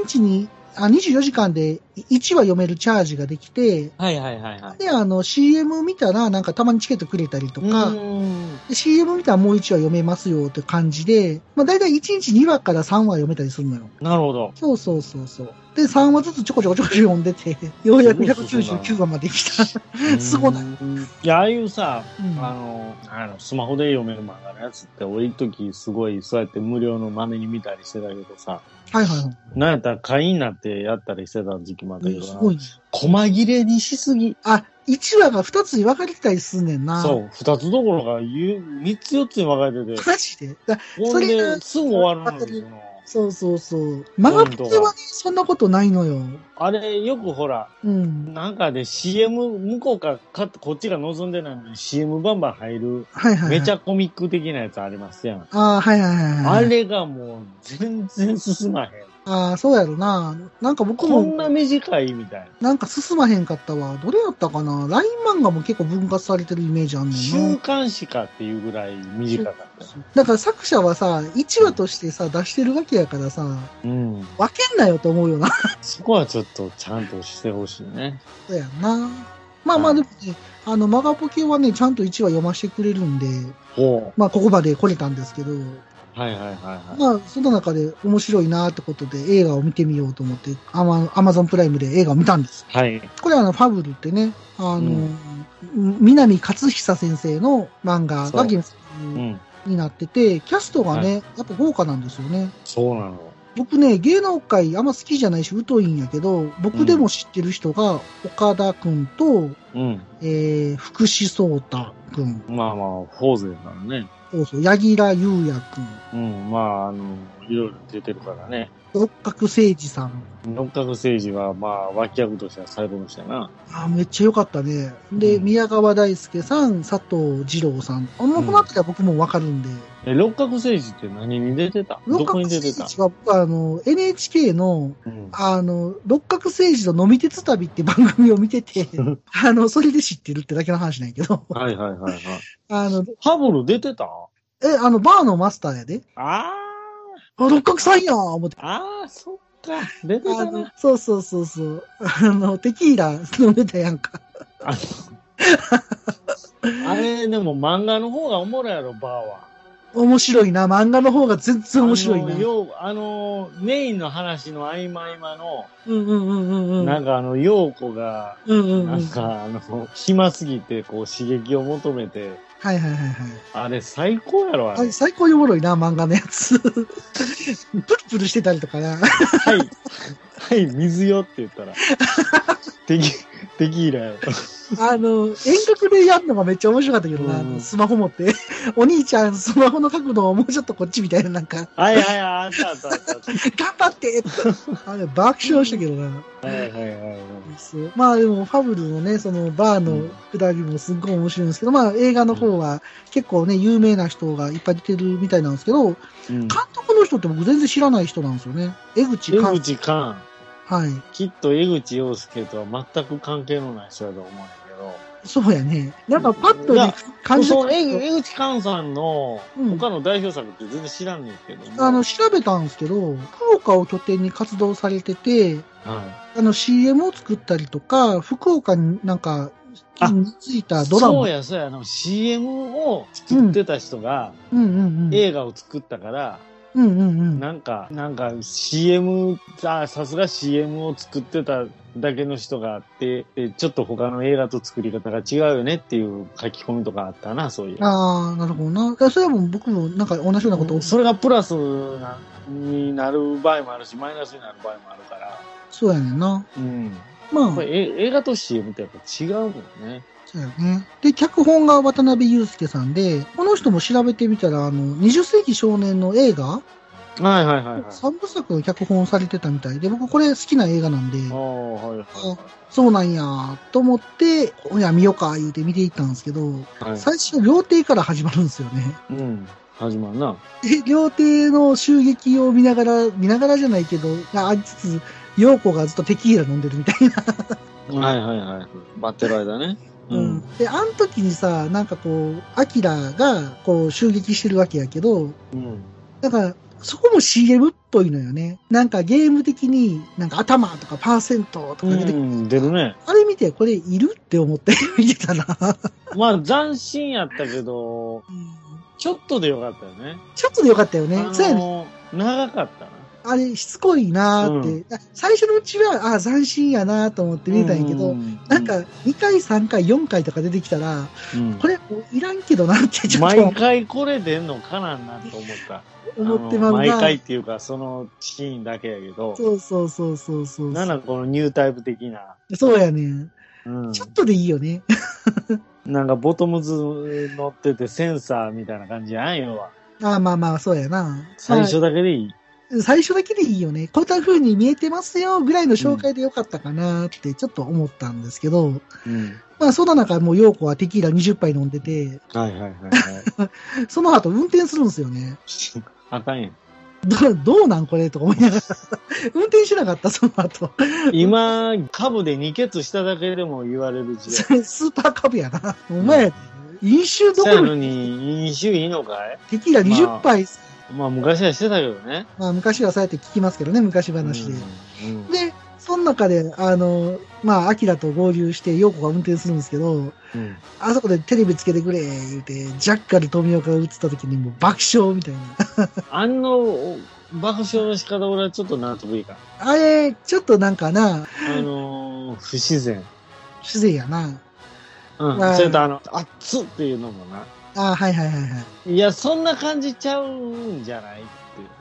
日に、あ、24時間で1話読めるチャージができて、
はいはいはいはい。
で、あの、CM 見たら、なんかたまにチケットくれたりと
う
か、
ーん。
で CM 見たらもう1話読めますよって感じで、まあ大体1日2話から3話読めたりするのよ。
なるほど。
そうそうそうそう。で、3話ずつちょこちょこちょこちょこ読んでて、 ようやく199話まで来た。 すごない
うん。いや、ああいうさ、
うん
あの、あの、スマホで読める漫画のやつって、俺一時すごい、そうやって無料の真似に見たりしてたけどさ、
はいはいはい
なんやったら会員になってやったりしてた時期もあったけ
うん。
ど
す
な、
ごいね。
細切れにしすぎ。
あ、1話が2つに分かれてたりすんねんな。
そ。う、二つどころか、ゆ三つ四つに分かれてて、
マジで。だ
ほ ん
それが
で、すぐ終わるのにそ
そ
の
うそうそう。マガポケはね、そんなことないのよ。
あれ、よくほら、
うん。
なんかで CM、向こうか、か、こっちが望んでないのに CM バンバン入る、
はいはい、はい。
めちゃコミック的なやつありますやん。
ああ、はいはいはいはい。
あれがもう全然進まへん。
ああ、そうやろな。なんか僕
こんな
も、
短いみたいな。
なんか進まへんかったわ。どれやったかな ?LINE 漫画も結構分割されてるイメージあんねん
週
な。
刊誌かっていうぐらい短かった。
だから作者はさ、1話としてさ、出してるわけやからさ、
うん。
分けんなよと思うよな。
そこはちょっとちゃんとしてほしいね。
そうやんな。まあまあ
は
で
い
もね、あの、マガポケはね、ちゃんと1話読ませてくれるんで、
ほ
まあここまで来れたんですけど、
う。はいはいはいは
まあその中で面白いなってことで映画を見てみようと思って、アマアマゾンプライムで映画を見たんです。
い。はい。
これはあの、ファブルってね、あの、
うん
南勝久先生の漫画
そ
が
う
原作
うん。
になってて、キャストがね、やっぱ豪華なんですよね。
そうなの。
僕ね、芸能界あんま好きじゃないし、疎いんやけど、僕でも知ってる人が、岡田くんと、
うん。
えー、福士蒼太くん、
まあまあ、フォーゼだからね。
そうそう、柳楽優弥くん、
うん。まあ、あの、いろいろ出てるからね。
六角誠治さん。
六角政治は、まあ、脇役としては最高の人やな。
あーめっちゃ良かったね。で、
うん
宮川大輔さん、佐藤二郎さん。あもうこの辺りは僕もわかるんで。
え、六角政治って何に出てたど
六
こ
角
に出
誠
てた
治は僕はあの、NHK の、
うん。
あの、六角政治の飲み鉄旅って番組を見て て、あの、それで知ってるってだけの話なんやけど、
はいはいはいはい。
あの、
ハブル出てた
え、あの、バーのマスターやで。
あ
あ、六角さんやー思って。
あ、ああ、そっか。出て
あ
た
の
な。、
そうそうそうそう。あの、テキーラ飲んでたやんか。
あれ、でも漫画の方がおもろいやろ、バーは。
面白いな。漫画の方が全然面白い
あ
な。
のよう、あの、メインの話の合間合間の、
うんうんうんうんうん。
なんかあの、陽子が、
うんうんう。
なんんかあの、暇すぎて、こう、刺激を求めて、
はいはいはいはい。
あれ最高やろ、あ
あ
れ。
最高におもろいな、漫画のや つ。プルプルしてたりとかな。
はい、はい、水よって言 ったら、テキ、テキーラやろ。
あの、遠隔でやるのがめっちゃ面白かったけどな、
うんうん
スマホ持って。 お兄ちゃん、スマホの角度をもうちょっとこっちみたいな、なんか、
はいはい、あったあったあった。
頑張ってあれ、爆笑したけどな。
はいはいはいはい。
そうまあでも、ファブルのね、そのバーの下りもすっごい面白いんですけど、まあ映画の方は結構ね、有名な人がいっぱい出てるみたいなんですけど、監
うん
督の人って僕全然知らない人なんですよね。江口
江
監
口寛、
はい。
きっと江口洋介とは全く関係のない人だと思うんだけど、
そうやね。なんかパッと
い
ね
や、
感じ
その
た
江江口寛さんの
うん
他の代表作って全然知らんねんけども、
あの、調べたんですけど、福岡を拠点に活動されてて、
は
あの CM を作ったりとか、福岡になんか、
あ
についた
い、
ドラ
そう
マ。
やそうや、あの CM を作ってた人が
うんうんうん。
映画を作ったから、
うんうんうん。
なんか、なんか CM、あさすが CM を作ってただけの人があって、でちょっと他の映画と作り方が違うよねっていう書き込みとかあったな、そういう。
ああ、なるほどな。えそれはもう僕もなんか同じようなことを、
それがプラスなになる場合もあるし、マイナスになる場合もあるから。
そうやねんな。
うん。
まあ
こ、れえ映画と CM ってやっぱ違うもんね。
そうやね。で、脚本が渡辺裕介さんで、この人も調べてみたら、あの、20世紀少年の映画、
はいはいはいはい。
三部作の脚本をされてたみたいで、僕これ好きな映画なんで、
ああ、はいは
そうなんや、と思って、いや、見ようか、言うて見ていったんですけど、
い。はい、
最初、料亭から始まるんですよね。
うん。始まるな。
で、料亭の襲撃を見ながら、見ながらじゃないけど、あありつつ、陽子がずっとテキーラ飲んでるみたいな。
はいはいはい。待ってる間ね。
う
う。
んん。で、あの時にさ、なんかこう、アキラが、こう、襲撃してるわけやけど、
うん。
だから、そこも CM っぽいのよね。なんかゲーム的に、なんか頭とかパーセントと
う
か出て、
ん、出るね。
あれ見て、これいるって思って見てたな。
まあ、斬新やったけど、ちょっとでよかったよね。
ちょっとでよかったよ
あ
ね。そうやね。
の長かったな。
あれ、しつこいなーって、あ最初のうちは、あ斬新やなーと思って見てたんやけど、
う
なんか、、2回、3回、4回とか出てきたら、
うん
これ、もういらんけどなってちょっ
毎
と
回これ出んのかなんなと思った。
思ってまうな。
あの毎回っていうか、そのシーンだけやけど、
そうそうそうそうそう。
なんなんこのニュータイプ的な、
そうやねん。
うん
ちょっとでいいよね。
なんかボトムズ乗っててセンサーみたいな感じやんよ。
ああまあまあ、そうやな。
最初だけでいい。
まあ最初だけでいいよね。こういった風に見えてますよぐらいの紹介でよかったかなってちょっと思ったんですけど、
うん。
まあそんな中もう陽子はテキーラ20杯飲んでて、
はいはいはいはい。
その後運転するんですよね。
あかんやん。
どどうなんこれとか思いながら。 運転しなかったその後。
今、株で二欠しただけでも言われる時代。
それ スーパーカブやな。お前、飲酒ど
そ
こ
や
ろ
の
に
に、飲酒いいのかい
テキーラ20杯、
まあ昔はしてたけどね。
まあ昔はそうやって聞きますけどね、昔話で。
うんうん
で、その中で、あの、まあ、アキラと合流して、陽子が運転するんですけど、
うん
あそこでテレビつけてくれ、言うて、ジャッカル富岡が映った時にもう爆笑みたいな。
あの爆笑の仕方俺はちょっと納得いいか。
あれ、ちょっとなんかな、
あのー、不自然。
不自然やな。
うん。
まあ
それとあの、熱っっていうのもな。
ああ、はいはいはいはい。
いや、そんな感じちゃうんじゃないって、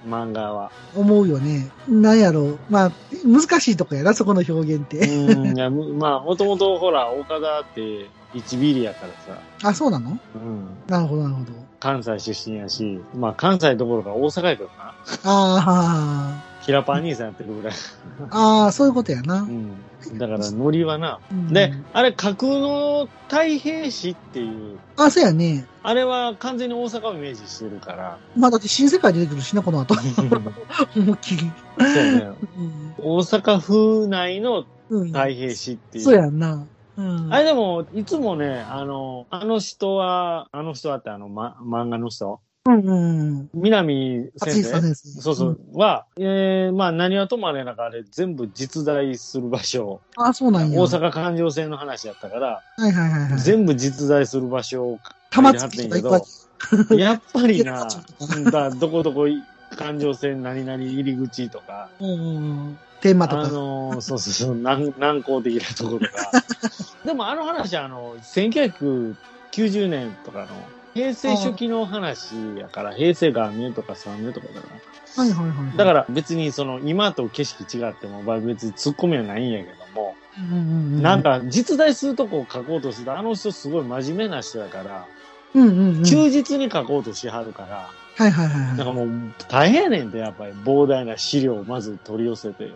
漫画は。
思うよね。なんやろう。まあ、難しいとこやな、そこの表現っ
う
て。
ん。いやむ まあ、もともとほら、岡田って1ビリやからさ。
あ、そうなの
うん。
なるほど、なるほど。
関西出身やし、まあ関西どころか大阪やけどな。
あ
キラパー兄さんやってるぐらい。
あ、ああ、そういうことやな
う。ん。だからノリはな。
うん
で、あれ架空の太平市っていう、
あ、そうやね。
あれは完全に大阪をイメージしてる から。
まあ、だって新世界出てくるしな、この後。
そう
思いっきり。
ね。
うん
大阪府内の
うん
太平市っていう。
そうやんな。うん。
あれでも、いつもね、あの、あの人は、あの人はってあの、ま、漫画の人
うんうんうん。
南
熱
先
いさ先
生
生。
そうそ
ん
う。。は、えー、まあ何はともあれなんかあれ全部実在する場所。
あ、そうなんや。
大。阪環状線の話やったから、
はいはいはいはい。
全部実在する場所を
玉突きとか行くわけ。
やっぱりな、
池田町と
うんだからどこどこ環状線何々入り口とか、
うんうんうん。テーマと
あ
か。
のー、そうそうそう、難 難航的なところとか。でもあの話はあの、1990年とかの、平成初期の話やから、平成元年とか3年とかだから。
はいはいはい。、
だからら別にその今と景色違っても、まあ別に突っ込みはないんやけども、
うんうんうん、
なん、か実在するとこを書こうとしてたあの人すごい真面目な人だから、
うんうんうん。はい
忠実に書こうとしはるから、
はいはいはい。
なんかもう大変やねんて、やっぱり膨大な資料をまず取り寄せて、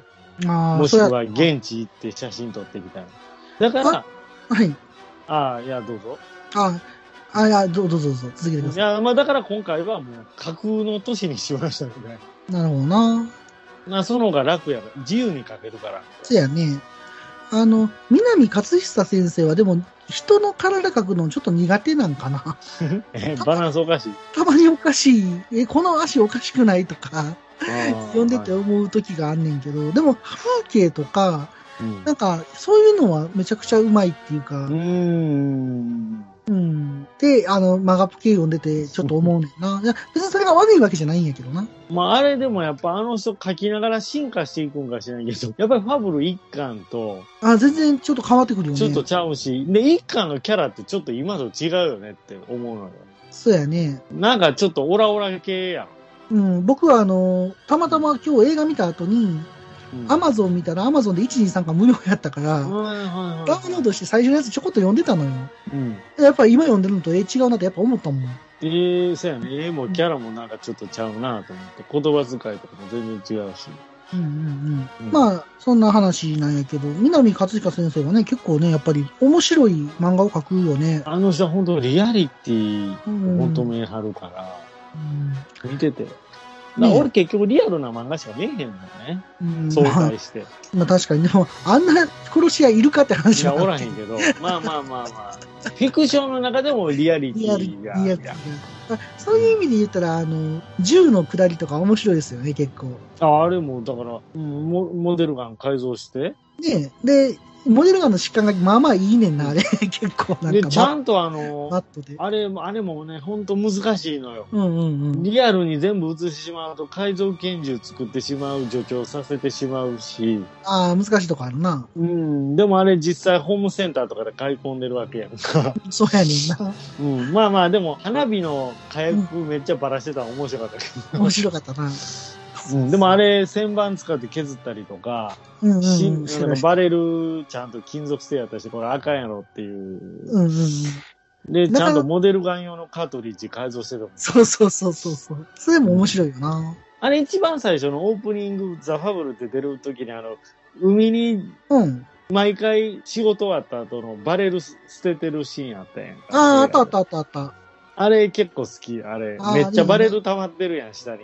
あー
もしく
そ
は
れ
現地行って写真撮ってきたり。だから
あ、はい。
ああ、いや、どうぞ。
あ、あ、いや、どうぞどうぞ、続けてくだ
い
さ
や、まあだから今回はもう架空の都市にしましたよね。
い。なるほどな。
まあその方が楽やから、自由に書けるから。
そうやね。あの、南勝久先生はでも、人の体描くのちょっと苦手なんかな。
えバランスおかしい。
たまにおかしい。え、この足おかしくないとか、
読
読んでて思う時があんねんけど、でも風景とか、
うん
なんか、そういうのはめちゃくちゃうまいっていうか
うー、ん。
うん。って、あの、マガプ系読んでて、ちょっと思うねん な。いや、別にそれが悪いわけじゃないんやけどな。
まあ、あれでもやっぱあの人書きながら進化していくんかしらんけど、やっぱりファブル一巻と、
あ、全然ちょっと変わってくるよね。
ちょっとちゃうし、で、一巻のキャラってちょっと今と違うよねって思うのよ。
そうやね。
なんかちょっとオラオラ系やん。
うん、僕はあの、たまたま今日映画見た後に、
うん
アマゾン見たらアマゾンで123巻無料やったから、
はいはいはい
ダウンロードして最初のやつちょこっと読んでたのよ。
うん。
やっぱ今読んでるのと絵違うなってやっぱ思ったもん。
ええそうやね。絵もキャラもなんかちょっとちゃうなと思って、言葉遣いとかも全然違うし。
うんうんう
う
んん、まあ、そんな話なんやけど、南勝彦先生がね、結構ね、やっぱり面白い漫画を描くよね。
あの人は本当リアリティ
うん
求めはるから、
うん
見てて。だから
ね
俺結局リアルな漫画しか見えへんのよね。
うん
相
まあ
対して。
まあ確かに、でも、あんな殺し屋いるかって
い
話
や、
は
おらへんけど。まあまあまあまあ。フィクションの中でもリアリテ
リアル、
ィ
リ
が。
アルだそういう意味で言ったら、あの、銃の下りとか面白いですよね、結構。
ああれも、だから、うんモモデルガン改造して。
ねで、モデルガンの疾患がまあまあいいねんな、あれ。 結構なん
で、
か
ちゃんとあの
マ、マットで。
あれも、あれもね、ほんと難しいのよ。
うんうんうん。
リアルに全部映してしまうと、改造拳銃作ってしまう、助長させてしまうし、
ああ、難しいとこあるな。
うん、でもあれ実際ホームセンターとかで買い込んでるわけやん か。
そうやねんな。
うん、まあまあ、でも花火の火薬めっちゃバラしてたら面白かったけど。
面白かったな。
うん、でもあれ、旋盤使って削ったりとか、
うんうん
し
うん。
なんかバレルちゃんと金属製やったし、これあかんやろっていう。
うんうんうん。
で、ちゃん
なかな
と
か
モデルガン用のカートリッジ改造してたもん。
そうそうそうそうそう。それも面白いよな。
あれ一番最初のオープニング、ザ・ファブルって出る時にあの、海に
うん。
毎回仕事終わった後のバレル捨ててるシーンあったやんか。
ああ、あったあったあったあった。
あれ結構好き、あれ。
あー
めっちゃバレル溜まってるやん、下に。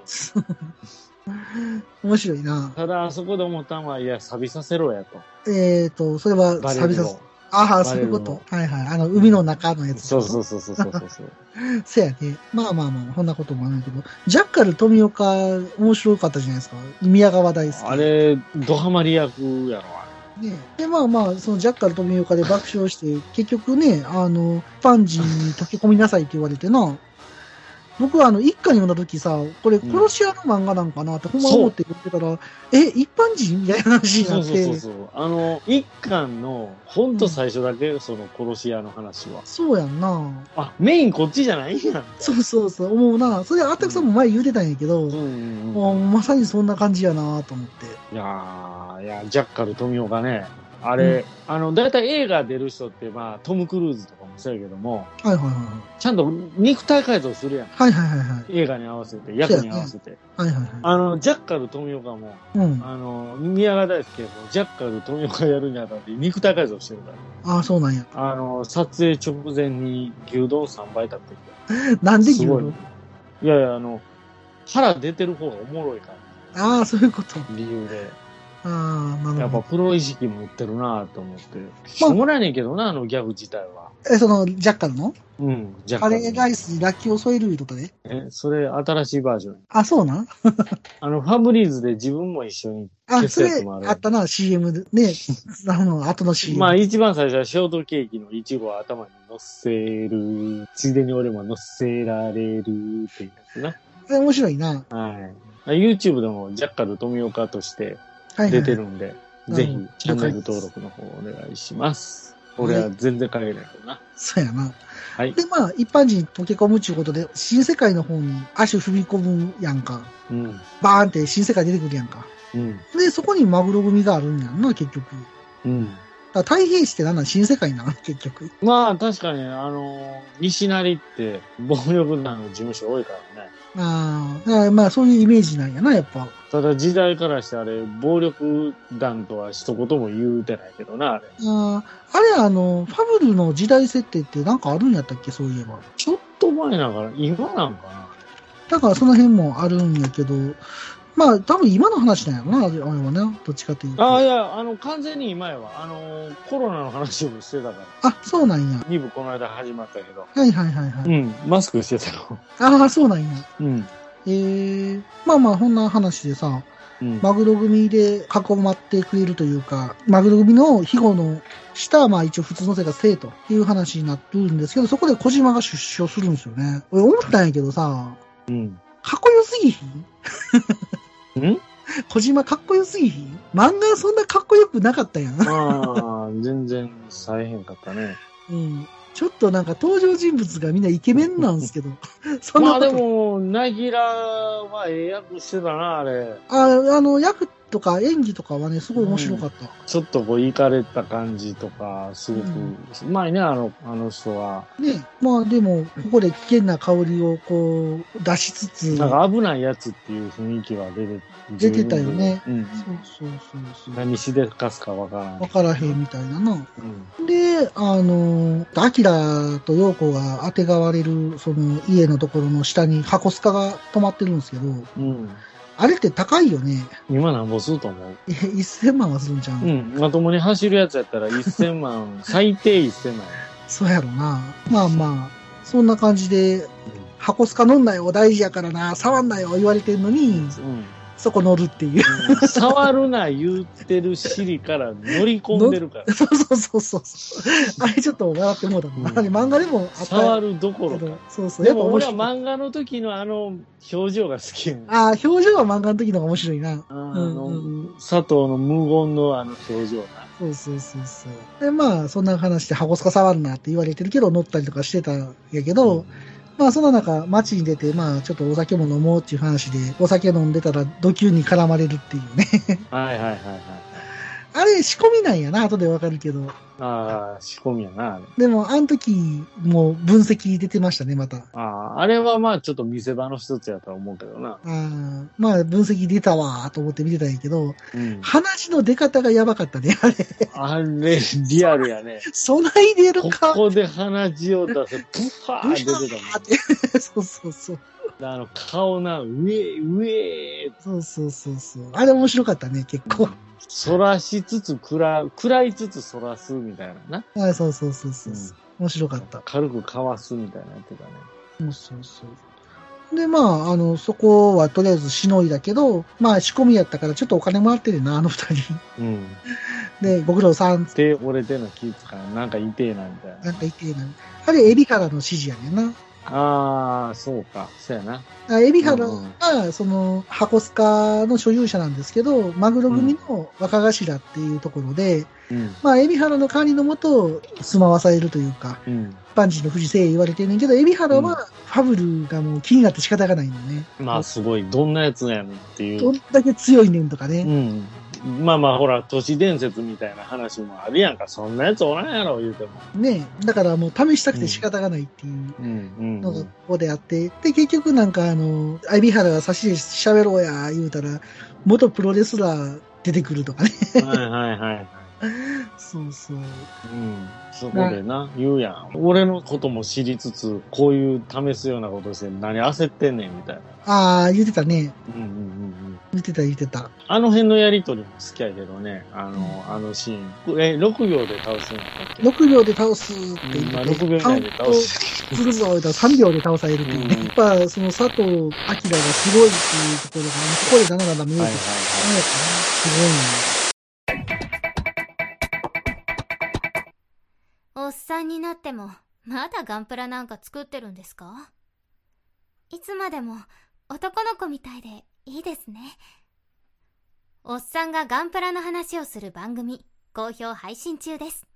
面白いな。
ただ、あそこで思ったのは、いや、錆びさせろやと。
えっ、ー、と、それは
バレ
サビ
ル
サス
を。。
ああ、そういうこと。はいはい。あの、海の中のやつ。。
そうそううそうそうそうそう そう。
せやね。まあまあまあ、こんなこともあるけど。ジャッカル富岡、面白かったじゃないですか。宮川大好き。
あれ、ドハマり役やろ、あ
ね、で、まあまあ、そのジャッカル富岡で爆笑して、結局ね、あの、ファンジに溶け込みなさいって言われてな、僕はあの、一家に読んだ時さ、これ
ん
殺し屋の漫画なんかなってほんま思って言ってたら、え、一般人みたいな
れ。
話に
そ
な
う
っ
そう
て、
そ
そう
うそう。あの、一巻の、ほんと最初だけ、その殺し屋の話は。
やんな。
あ、メインこっちじゃないんやん。
そうそうそう、思うな。それ、あったくさんも前言うてたんやけど、
うんうんうん。
もうまさにそんな感じやなと思って。
いやー、いや、ジャッカル富岡ね。あれ、あの、だいたい映画出る人って、まあ、トム・クルーズとかもそうやけども、
はいはい
ちゃんと肉体改造するやん。
はい。はいはいはいはい。
映画に合わせて、役に合わせて。
はいはいは
あの、ジャッカル富岡も、
い。うん。
あの、宮川大輔も、ジャッカル富岡やるにあたって肉体改造してるから。
ああ、そうなんや。
あの、撮影直前に牛丼3倍食ってき
なん
た。
です言
ご
う
い
の。
いやいや、あの、腹出てる方がおもろいから、
ああ、そういうこと。
理由で。
ああ、なるほど。
やっぱプロ意識持ってるなぁと思って。し
まあ
ょうもないねんけどな、あのギャグ自体は。
え、その、ジャッカルの
うん、ジャッ
カ
カル
レーライスにラッキーを添えるとかね。
え、それ新しいバージョン。
あ、そうなん
あの、ファブリーズで自分も一緒に。
あ、そ
消すや
れ
つもある
あったな、CM で。 ね、あの、後の CM。
まあ一番最初はショートケーキのイチゴを頭に乗せる。ついでに俺も乗せられるっていうやつな。
それ面白いな。
はい。YouTube でもジャッカル富岡として
はい、はい。
出てるんで、
うん
ぜひチャンネル登録の方お願いします。俺は全然関係ないけどな。
そうやな。
はい。
で、まあ、一般人に溶け込むちゅうことで、新世界の方に足踏み込むやんか。
うん。
バーンって新世界出てくるやんか。
うん。
で、そこにマグロ組があるんやんな、結局。
うん。
だから太平市ってなんなん新世界なん 結局。
まあ確かに、あの、西成って暴力団の事務所多いからね。
ああ、だからまあ、そういうイメージなんやな、やっぱ。
ただ時代からしてあれ、暴力団とは一言も言うてないけどな、あれ。
あーあれ、あの、ファブルの時代設定ってなんかあるんやったっけ、そういえば。
ちょっと前だから、今なんかな。
だからその辺もあるんやけど、まあ多分今の話なんやろな、あれはね、どっちかというと。
ああ、い
あ、
や、あの、完全に今やわ。あの、コロナの話をしてたから。
そうなんや。
2部この間始まったけど。
はいはいはいはい。
うん、マスクしてたの。
ああ、そうなんや。
うん。
えー、まあまあ、そんな話でさ、
うん
マグロ組で囲まってくれるというか、マグロ組の庇護の下はまあ一応普通の生活せえという話になってるんですけど、そこで小島が出所するんですよね。俺思ったんやけどさ、
うん。
かっこよすぎひ ん
ん
小島かっこよすぎひん漫画はそんなかっこよくなかったやん。
ああ、全然さえへんかったね。
うん。ちょっとなんか登場人物がみんなイケメンなんですけ ど、そんな
ま
こ
あ
と
でも、なぎらはええ役してたな、あれ。
あ、あの、役とか演技とかはね、すごい面白かった。
ちょっとこう、いかれた感じとか、すごく、うまいね、あの、あの人は。
ね。まあでも、ここで危険な香りをこう、出しつつ、
なんか危ないやつっていう雰囲気は出て、
出てたよね
うん。
そうそうそうそう。
何しでかすかわからん
わ。からへんみたいなな。
うん。
で、あの、アキラとヨーコがあてがわれる、その家のところの下に箱スカが止まってるんですけど、
うん。
あれって高いよね。
今なんぼすると思う
え1000万はするんじゃん。
うん。まともに走るやつやったら1000万、 最低1000万。
そうやろな。まあまあ、そんな感じで、箱スカ飲んなよ、大事やからな、触んなよ、言われてんのに、
うん。
そこ乗るっていう。
うん触るな言ってる尻から乗り込んで るから。
そうそうそうそう。あれちょっと笑ってもうたな。
うん
あれ漫画でもあった
触るどころ
け
か
ど。。そうそう。
で
やっぱ
も
面
俺は
白い。
漫画の時のあの表情が好きやねん
ああ、表情は漫画の時の方が面白いな。
あ
うん
の、
うん
佐藤の無言のあの表情な。
そうそうそうそう。で、まあ、そんな話で箱スカ触るなって言われてるけど、乗ったりとかしてたんやけど、まあ、そんな中、街に出て、まあ、ちょっとお酒も飲もうっていう話で、お酒飲んでたら、ドキュンに絡まれるっていうね。
はいはいはいはい。
あれ、仕込みなんやな、後でわかるけど。
ああ、仕込みやな、あれ。
でも、あの時、もう分析出てましたね、また。
ああ、あれはまあちょっと見せ場の一つやとは思うけどな。
あーまあ、分析出たわーと思って見てたんやけど、
うん。
話の出方がやばかったね、あれ。
あれ、リアルやね。
そない出る
こ
か。
こで鼻血を出せ、プファー出てたもん。
て そうそうそう。
あの、顔な、上、上、
そうそうそうそう。あれ面白かったね、結構。
そらしつつ、くら、くらいつつそらすみたいなな。
あそうそうそうそうそう。面白かった。
軽くかわすみたいなやってたね。
そうそうそう。で、まあ、あの、そこはとりあえずしのいだけど、まあ、仕込みやったから、ちょっとお金もらってるな、あの二人。
うん。
で、ご苦労さん、
手折れてんの気使う。なんか痛えな、みたい
な
な。
んか言ってえな。あれ、エビカラの指示やねんな。
ああ、そうか。そうやな。
あエビハラ
うん
は、その、箱スカの所有者なんですけど、マグロ組の若頭っていうところで、
うん。
まあ、エビハラの管理のもと、住まわされるというか、
うん。
一般人の不治生言われてるんけど、エビハラ
うん
は、ファブルがもう気になって仕方がないのね。
まあ、すごい。どんなやつやねんってい
ど
う。
んだけ強いねんとか
う
ね。
ん。まあまあ、ほら、都市伝説みたいな話もあるやんか。そんなやつおらんやろ、言うても。
ねだからもう試したくて仕方がないっていう
うん。う
の
ん。う
が
ん
ここであって、で、結局なんかあの、エビハラが差しで喋ろうや、言うたら、元プロレスラー出てくるとかね。
はいはいはい。
そうそう。
うん。そこでな、言うやん。俺のことも知りつつ、こういう試すようなことして、何焦ってんねん、みたいな。
ああ、言ってたね。
うんうんうんうん。
言ってた言ってた。
あの辺のやりとりも好きやけどね、あの、あのシーン。え、6秒で倒すんやったっけ
6秒で倒すって言って、
まあ、6秒以内で倒す。
カウントするぞ、言うたら3秒で倒されるっていうね。
うん
やっぱ、その佐藤明がすごいっていうところが、ここでだなだな見えて
は
た
いはい
ね。
はい。
すごいね。
おっさんになっても、まだガンプラなんか作ってるんですかいつまでも男の子みたいでいいですね。おっさんがガンプラの話をする番組、好評配信中です。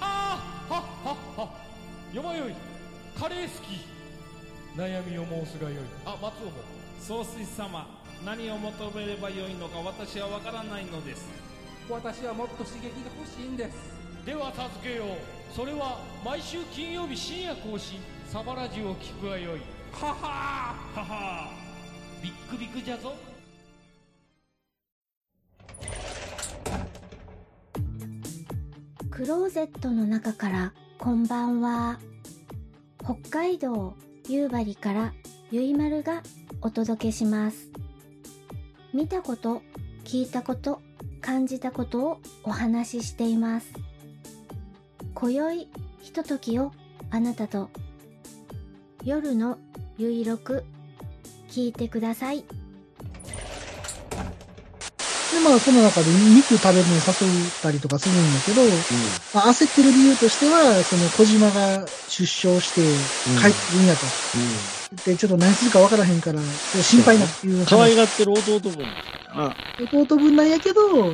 あーはっはっはよまよいカレー好き悩みを申すがよいあ松尾も
総帥様何を求めればよいのか私は分からないのです
私はもっと刺激が欲しいんです
では授けようそれは毎週金曜日深夜更新サバラジュを聞くがよいははーははービックビックじゃぞ
クローゼットの中からこんばんは北海道夕張からゆいまるがお届けします見たこと聞いたこと感じたことをお話ししています。今宵、ひとときをあなたと。夜のゆいろく、聞いてください。
で、まあ、その中で肉食べるのを誘ったりとかするんだけど、まあ、焦ってる理由としては、その小島が出生して帰ってくるんやと。で、ちょっと何するかわからへんから、ちょっと心配なっていう
可
話。
愛がってる弟分。あ、
弟分なんやけど、
う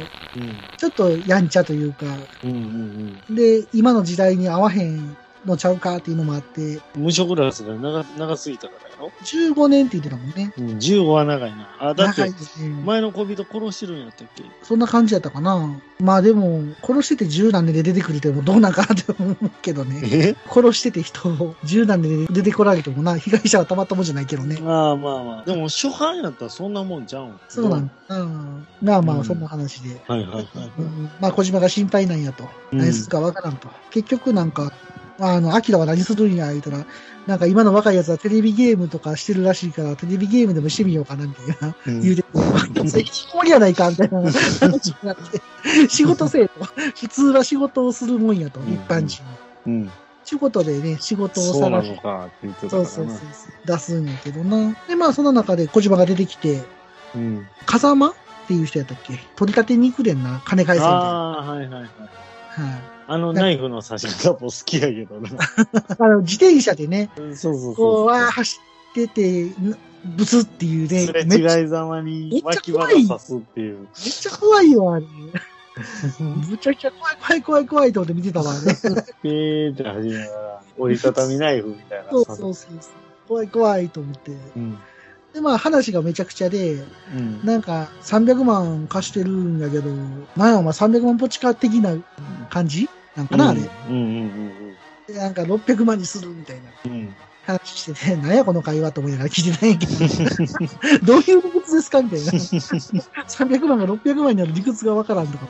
ちょっとやんちゃというか、
ん。うんうん
で、今の時代に合わへんのちゃうかっていうのもあって、
うん。無職ラスが長長すぎたからやろ。
15年って言ってたもんね。
うん、15は長いな。あ、だっ
長
て
い、ですね。
前の恋人殺してるんやったっけ
そんな感じやったかな。まあでも、殺してて十何年で出てくるってもうどうなんかなって思うけどね。
え
殺してて人を十何年で出てこられてもな、被害者はたまったもんじゃないけどね。
まあまあまあ。でも初版やったらそんなもんじゃうん。
そうなんだ。うんまあま
う
あ、
ん
そんな話で。
はいはいはい。
うんまあ、小島が心配なんやと。
うん
何するかわからんと。結局なんか、あの、アキラは何するんや、言うたら、なんか今の若いやつはテレビゲームとかしてるらしいから、テレビゲームでもしてみようかな、みたいな。
うん
言うて、最近こりやないか、みたいな 話になって、仕事せえと。普通は仕事をするもんやと、
ん
一般人は。
うん。
ちゅうことでね、仕事を
そう
探
なの
して。
かって言ってたか
そう
らな。
そうそうそう。出すんやけどな。で、まあ、その中で小島が出てきて、
うん。
風間っていう人やったっけ取り立て肉でんな、金返せみたいな。
ああ、はいはいはい。
はい
あのナイフの刺し方も好きやけどな。
あの、自転車でね、
そうそうそ
こう、
うそう
わー走ってて、んブスっていうね、
すれ
めっちゃ、めっ
違いざまに脇腹刺すって いう。
ちゃ怖いよ、あれ。むちゃくちゃ怖い、怖い、怖い、怖いと思って見て たわ、あれ。そ
ペーって始めながら、折りたたみナイフみたいな。
うそうそうそう。怖い、怖いと思って。
うん。
で、まあ、話がめちゃくちゃで、
うん。
なんか、300万貸してるんやけど、なんや、お前300万ポチカ的な感じなんかな、あれ。
うんうん
で、なんか600万にするみたいな。
うんうん。
話してて、なんやこの会話と思いながら聞いてないけど、どういう理屈ですかみたいな。300万が600万になる理屈がわからんとか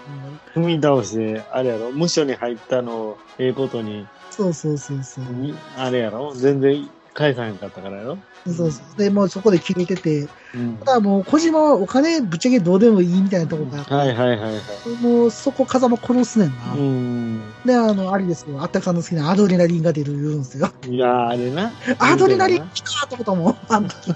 思いながら。
踏み倒して、あれやろ、無所に入ったのを、ええことに、
そうそうそうそう。
にあれやろ、全然返さへんかったからやろ。
そうそう。で、もうそこで切れてて、
うん。
ただもう小島はお金ぶっちゃけどうでもいいみたいなとこが、
はいはいはいはい。
もうそこ風間殺すねんな。
うん。
で、あの、あれですよ。あったくさんの好きなアドレナリンが出る言うんですよ。
いやー、あれな。
アドレナリン来たと思ったもん、あの時。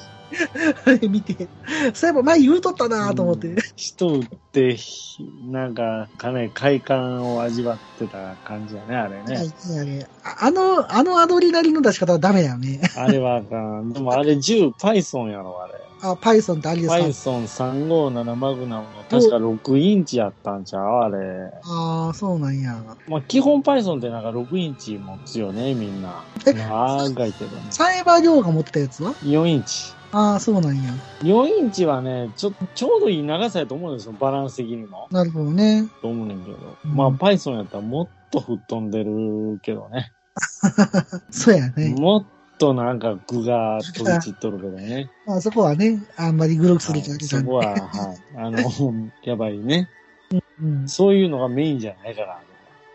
あれ見て。そういえば前言うとったなと思って。
うん人打って、ひなんか、かなり快感を味わってた感じやね、あれね。
はいいやねああの、あのアドレナリンの出し方はダメだよね。
あれはあかん。でもあれ10、Python やろ、あれ。
あ、パイソンってあれですか
Python357 マグナムの確か6インチやったんちゃうあれ。
ああ、そうなんや。
まあ、基本 Python ってなんか6インチ持つよね、みんな。
え
長いけどね。
サイバー量が持ってたやつは
4インチ。
ああ、そうなんや。
4インチはね、ちょ、ちょうどいい長さやと思うんですよ、バランス的にも。
なるほどね。
と思うねんけど。
うん
まあ、Python やったらもっと吹っ飛んでるけどね。
そうやね。
もっとなんか具が飛び散っとるけどね。
まあそこはね、あんまりグロくするじゃ
は
ん
い。そこは、はい。あの、 やばいね。
うん。そ
そういうのがメインじゃないから。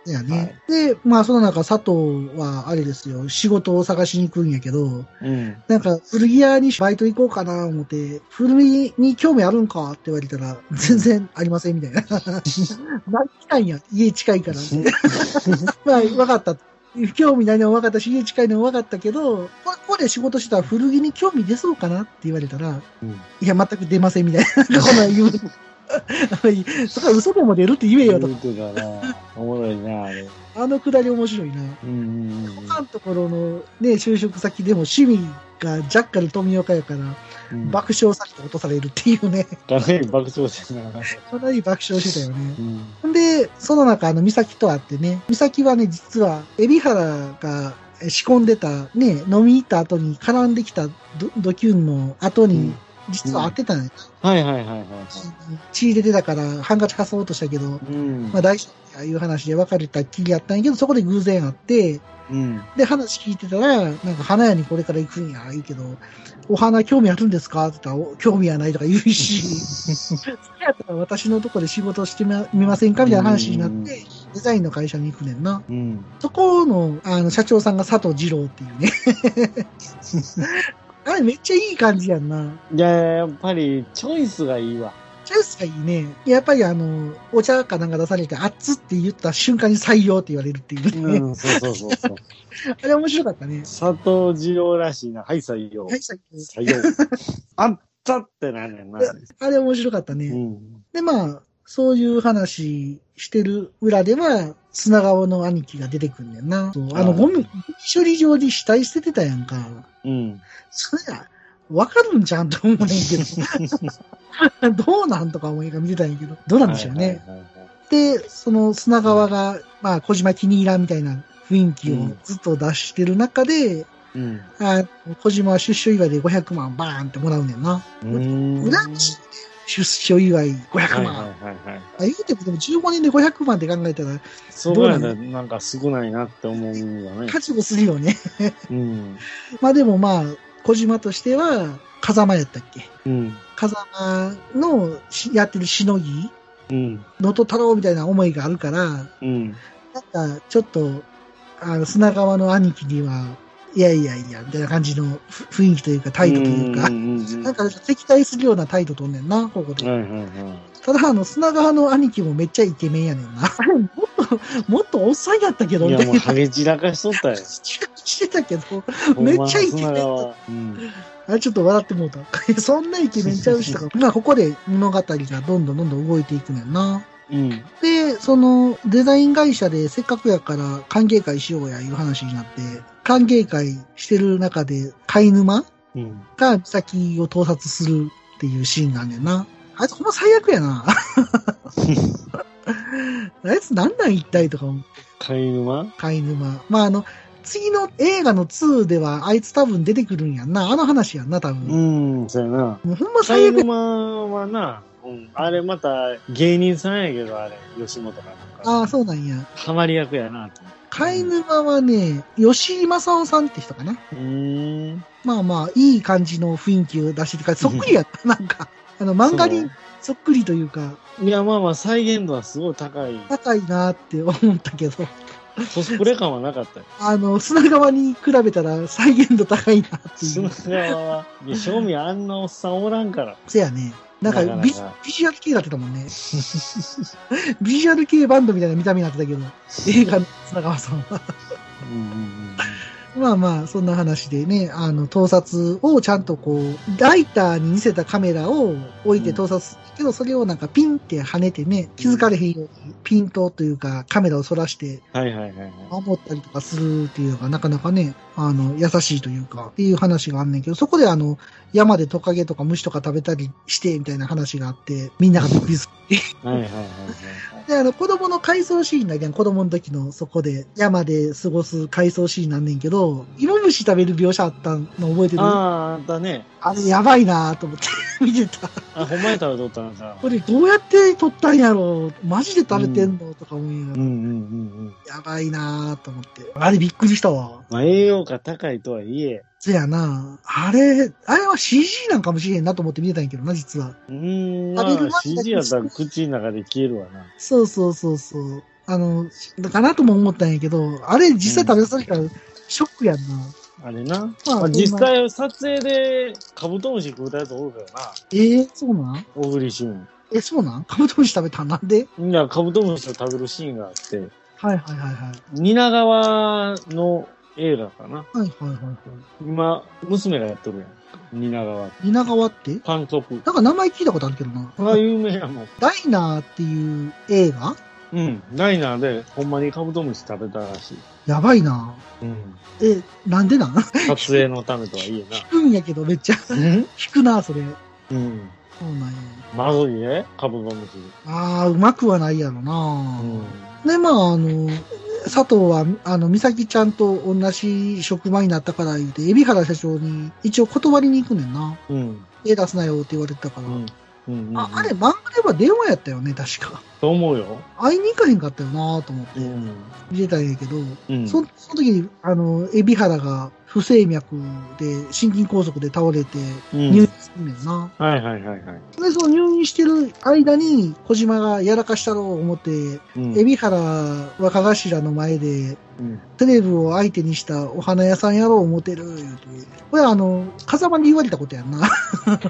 うやね、で、まあその中、佐藤はあれですよ、仕事を探しに行くんやけど、
うん。
なんか古着屋にバイト行こうかな思って、古着に興味あるんかって言われたら、全然ありませんみたいな。 何来たんや、家近いから。まあ、分かった。興味ないのも分かったし、家近いのも分かったけど、ここで仕事してたら古着に興味出そうかなって言われたら、
うん
いや、全く出ませんみたいな、こんなん言う。あんまり そこは嘘でも出るって言えよと
言。うてたな。おもろいな、あれ。
あのくだり面白いな。
うんうんうん
他のところのね、就職先でも趣味がジャッカル富岡やから、
うん。
爆笑されて落とされるっていうね、
かなり爆笑してたな。
かなり爆笑してたよね
う。ん。
で、その中、あの、美咲と会ってね、美咲はね、実は、海老原がえ仕込んでた、ね、飲み行った後に絡んできたドドキュンの後に、実は会ってたね。
はいはいはいはいは
血出てたから、ハンカチ貸そうとしたけど、
い。うん
まあ、大丈夫やいう話で別れたっきりやったんやけど、そこで偶然会って、
うん。
で、話聞いてたら、なんか花屋にこれから行くんや、言うけど、お花興味あるんですかって言ったらお、興味はないとか言うし、 それやったら私のとこで仕事してみみませんかみたいな話になっ
うん
て、デザインの会社に行くねんな。
うん。
そこの、あの、社長さんが佐藤二郎っていうね。 あれめっちゃいい感じやんな。
いや、やっぱり、チョイスがいいわ。
10歳にね、やっぱりあの、お茶かなんか出されて、熱って言った瞬間に採用って言われるっていうね。
うん、そうそうそうそう。
あれ面白かったね。
佐藤二郎らしいな。はい、採用。
はい、採用。
採用。あったってなんやな。
あれ面白かったね。
うん。
で、まあ、そういう話してる裏では、砂川の兄貴が出てくんねんな。そうあの、
はい
ゴミ、ゴミ処理場に死体捨ててたやんか。
うん。
それや、わかるんじゃんと思うねんけど。 どうなんとか思いが見てたんやけど。どうなんでしょうね。
はいはいはいはい。
で、その砂川が、まあ、小島気に入らんみたいな雰囲気をずっと出してる中で、
うん。
あ小島は出所祝いで500万バーンってもらうねんな。
うん
裏ましいね出所祝い
は
500
い
万。
はいはいはい。
あ言うてもでも15年で500万って考えたら、
そこやったらなんか少ないなって思うんだね。
覚悟するよね。
うん。
まあでもまあ、小島としては、風間やったっけ
うん。
風間のしやってるしのぎ、
うん。
能登太郎みたいな思いがあるから、
うん。
なんか、ちょっと、あの、砂川の兄貴には、いやいやいや、みたいな感じのふ雰囲気というか、態度というか、
んんうん
なんか敵対するような態度とんねんな、ここで。
はいはいは
ただ、あの、砂川の兄貴もめっちゃイケメンやねんな。あれ もっと、もっとおっさんやったけど、
い。い
みたい
やもう
な。
ハゲ散らかしとったよ。
してたけど、めっちゃイケメンだ
ほんまそんなの
あれちょっと笑ってもうた。 そんなイケメンちゃうしとか。まあ、ここで物語がどんどんどんどん動いていくねんな。
うん。うん。
で、そのデザイン会社でせっかくやから歓迎会しようやいう話になって、歓迎会してる中で飼い沼
うん。
が美咲を盗撮するっていうシーンがあんねんな。あいつほんま最悪やな。 あいつなんなん一体とか思う
飼い馬
飼い沼。まああの、次の映画の2ではあいつ多分出てくるんやんな。あの話やんな、多
う
分。
ん、そうやな。
もうほんま
飼
最
い
悪や。
馬はな、うん、あれまた芸人さんやけど、あれ、吉本かなんか。
ああ、そうなんや。
ハマり役やなと思って。
飼い沼はね、吉井正夫さんって人かな。
うーん。
まあまあ、いい感じの雰囲気を出してるから、そっくりやった、なんか。あの、漫画にそっくりというか、
そういや、まあまあ、再現度はすごい高い。
高いなって思ったけど、
コスプレ感はなかったよ。
あの、砂川に比べたら再現度高いなってい
砂
う。
川は、いや、正味あんなおっさんおらんから。
せやね。なんか
なかなか
ビジ、ビジュアル系だってたもん ね。ビジュアル系バンドみたいな見た目になってた けど、映画の砂川さんは。
うんうんうん
まあまあ、そんな話でね、あの、盗撮をちゃんとこう、ライターに似せたカメラを置いて盗撮するけど、それをなんかピンって跳ねてね、気づかれへんように、ピントというか、カメラを反らして
はいはいはいはい。
守ったりとかするっていうのが、なかなかね、あの、優しいというか、っていう話があんねんけど、そこであの、山でトカゲとか虫とか食べたりして、みたいな話があって、みんながびっくりする。
はいはいはいはいはい。
で、あの、子供の回想シーンだけど、子供の時のそこで、山で過ごす回想シーンなんねんけど、芋虫食べる描写あったの覚えてるあ
あー、だね。
れやばいなと思って 見てた。
あ、ほんまに食べとったな、じゃあ。
これどうやって撮ったんやろうマジで食べてんの、とか思いなが
うん
ら、
うんうんうん。
やばいなと思って。あれびっくりしたわ。
まあ、栄養価高いとはいえ、
そやなあれ、あれは CG なんかもしれんなと思って見てたんやけどな、実は。
うーん、ま
食べる前だ
あ、
け
CG やったら口の中で消えるわな。
そうそうそうそう。あの、だかなとも思ったんやけど、あれ実際食べさせたらショックやんな。
あれな。
まあ
ま
そ
あ、
んな
実際、撮影でカブトムシ食うたやつおるけどな。
ええそうなん
小栗旬。
え、そうなんカブトムシ食べたんなんで
いや、カブトムシを食べるシーンがあって、
はいはいはいはい。
蜷川の映画かな。
はいはいはいはい。
今、娘がやっとるやん。蜷川。
蜷川って
パンコプ。
なんか名前聞いたことあるけどな。
これは有名やもん。
ダイナーっていう映画
うん。ダイナーで、ほんまにカブトムシ食べたらしい。
やばいな
うん。
え、なんでなん
撮影のためとはい
聞くんやけどめっちゃ
えな。
聞くなそれ。
うん。
そうなんや。
まずいね、カブトムシ。
あー、うまくはないやろな、
うん。
で、まああの、佐藤は、あの、美咲ちゃんと同じ職場になったから言うて、海老原社長に一応断りに行くねんな。
うん。
絵出すなよって言われてたから。
うん。うん。
あ、あれ漫画では電話やったよね、確か。
と思うよ。
会いに行かへんかったよなと思って
ん。
見てたんやけど、
うん。
そその時に、あの、海老原が不整脈で、心筋梗塞で倒れて、
うん
入院するんだよな。
はいはいはいはい。
で、その入院してる間に、小島がやらかしたろう思って、
うん
海老原若頭の前で、
うん
テレビを相手にしたお花屋さんやろう思ってる、言うて。これあの、風間に言われたことやん な。風間に言っ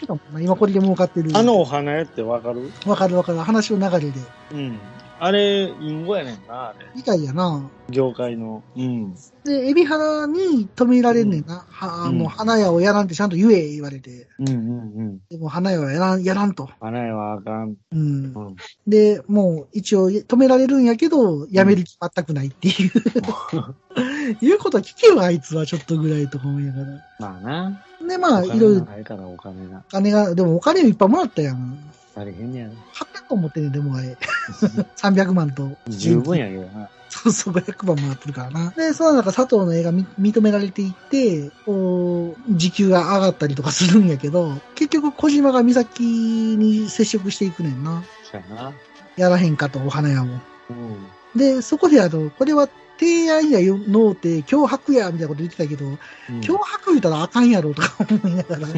てたもんな。今これで儲かってる。
あのお花屋ってわかる
わかるわかる。話の流れで。
うん。あれ、隠語やねんな、あれ。
みたいやな。
業界の。うん。
で、海老原に止められんねんな。はあ、
うん
もう花屋をやらんってちゃんと言え、言われて。
うんうんうん。
でもう花屋はやらん、やらんと。
花屋はあかん。
うん
う。ん。
で、もう一応止められるんやけど、やめる気全くないっていう。 言うこと聞けよ、あいつはちょっとぐらいとか思いながら。
まあな。
で、まあ、
お
い
金
ろい
が
ろ
ないからお金が
お金が、でもお金いっぱいもらったやん。
足りへんねやろ。
800個持ってんねん、でもあ れ。300万と。
十分やけどな。
そうそう、500万もらってるからな。で、その中、佐藤の映画み認められていって、こう、時給が上がったりとかするんやけど、結局、小島が美咲に接触していくねんな。
そうやな。
やらへんかと、お花屋も。
うん。
で、そこで、あの、これは提案やよ、のうて、脅迫や、みたいなこと言ってたけど、
うん
脅迫言うたらあかんやろとか思いな がら、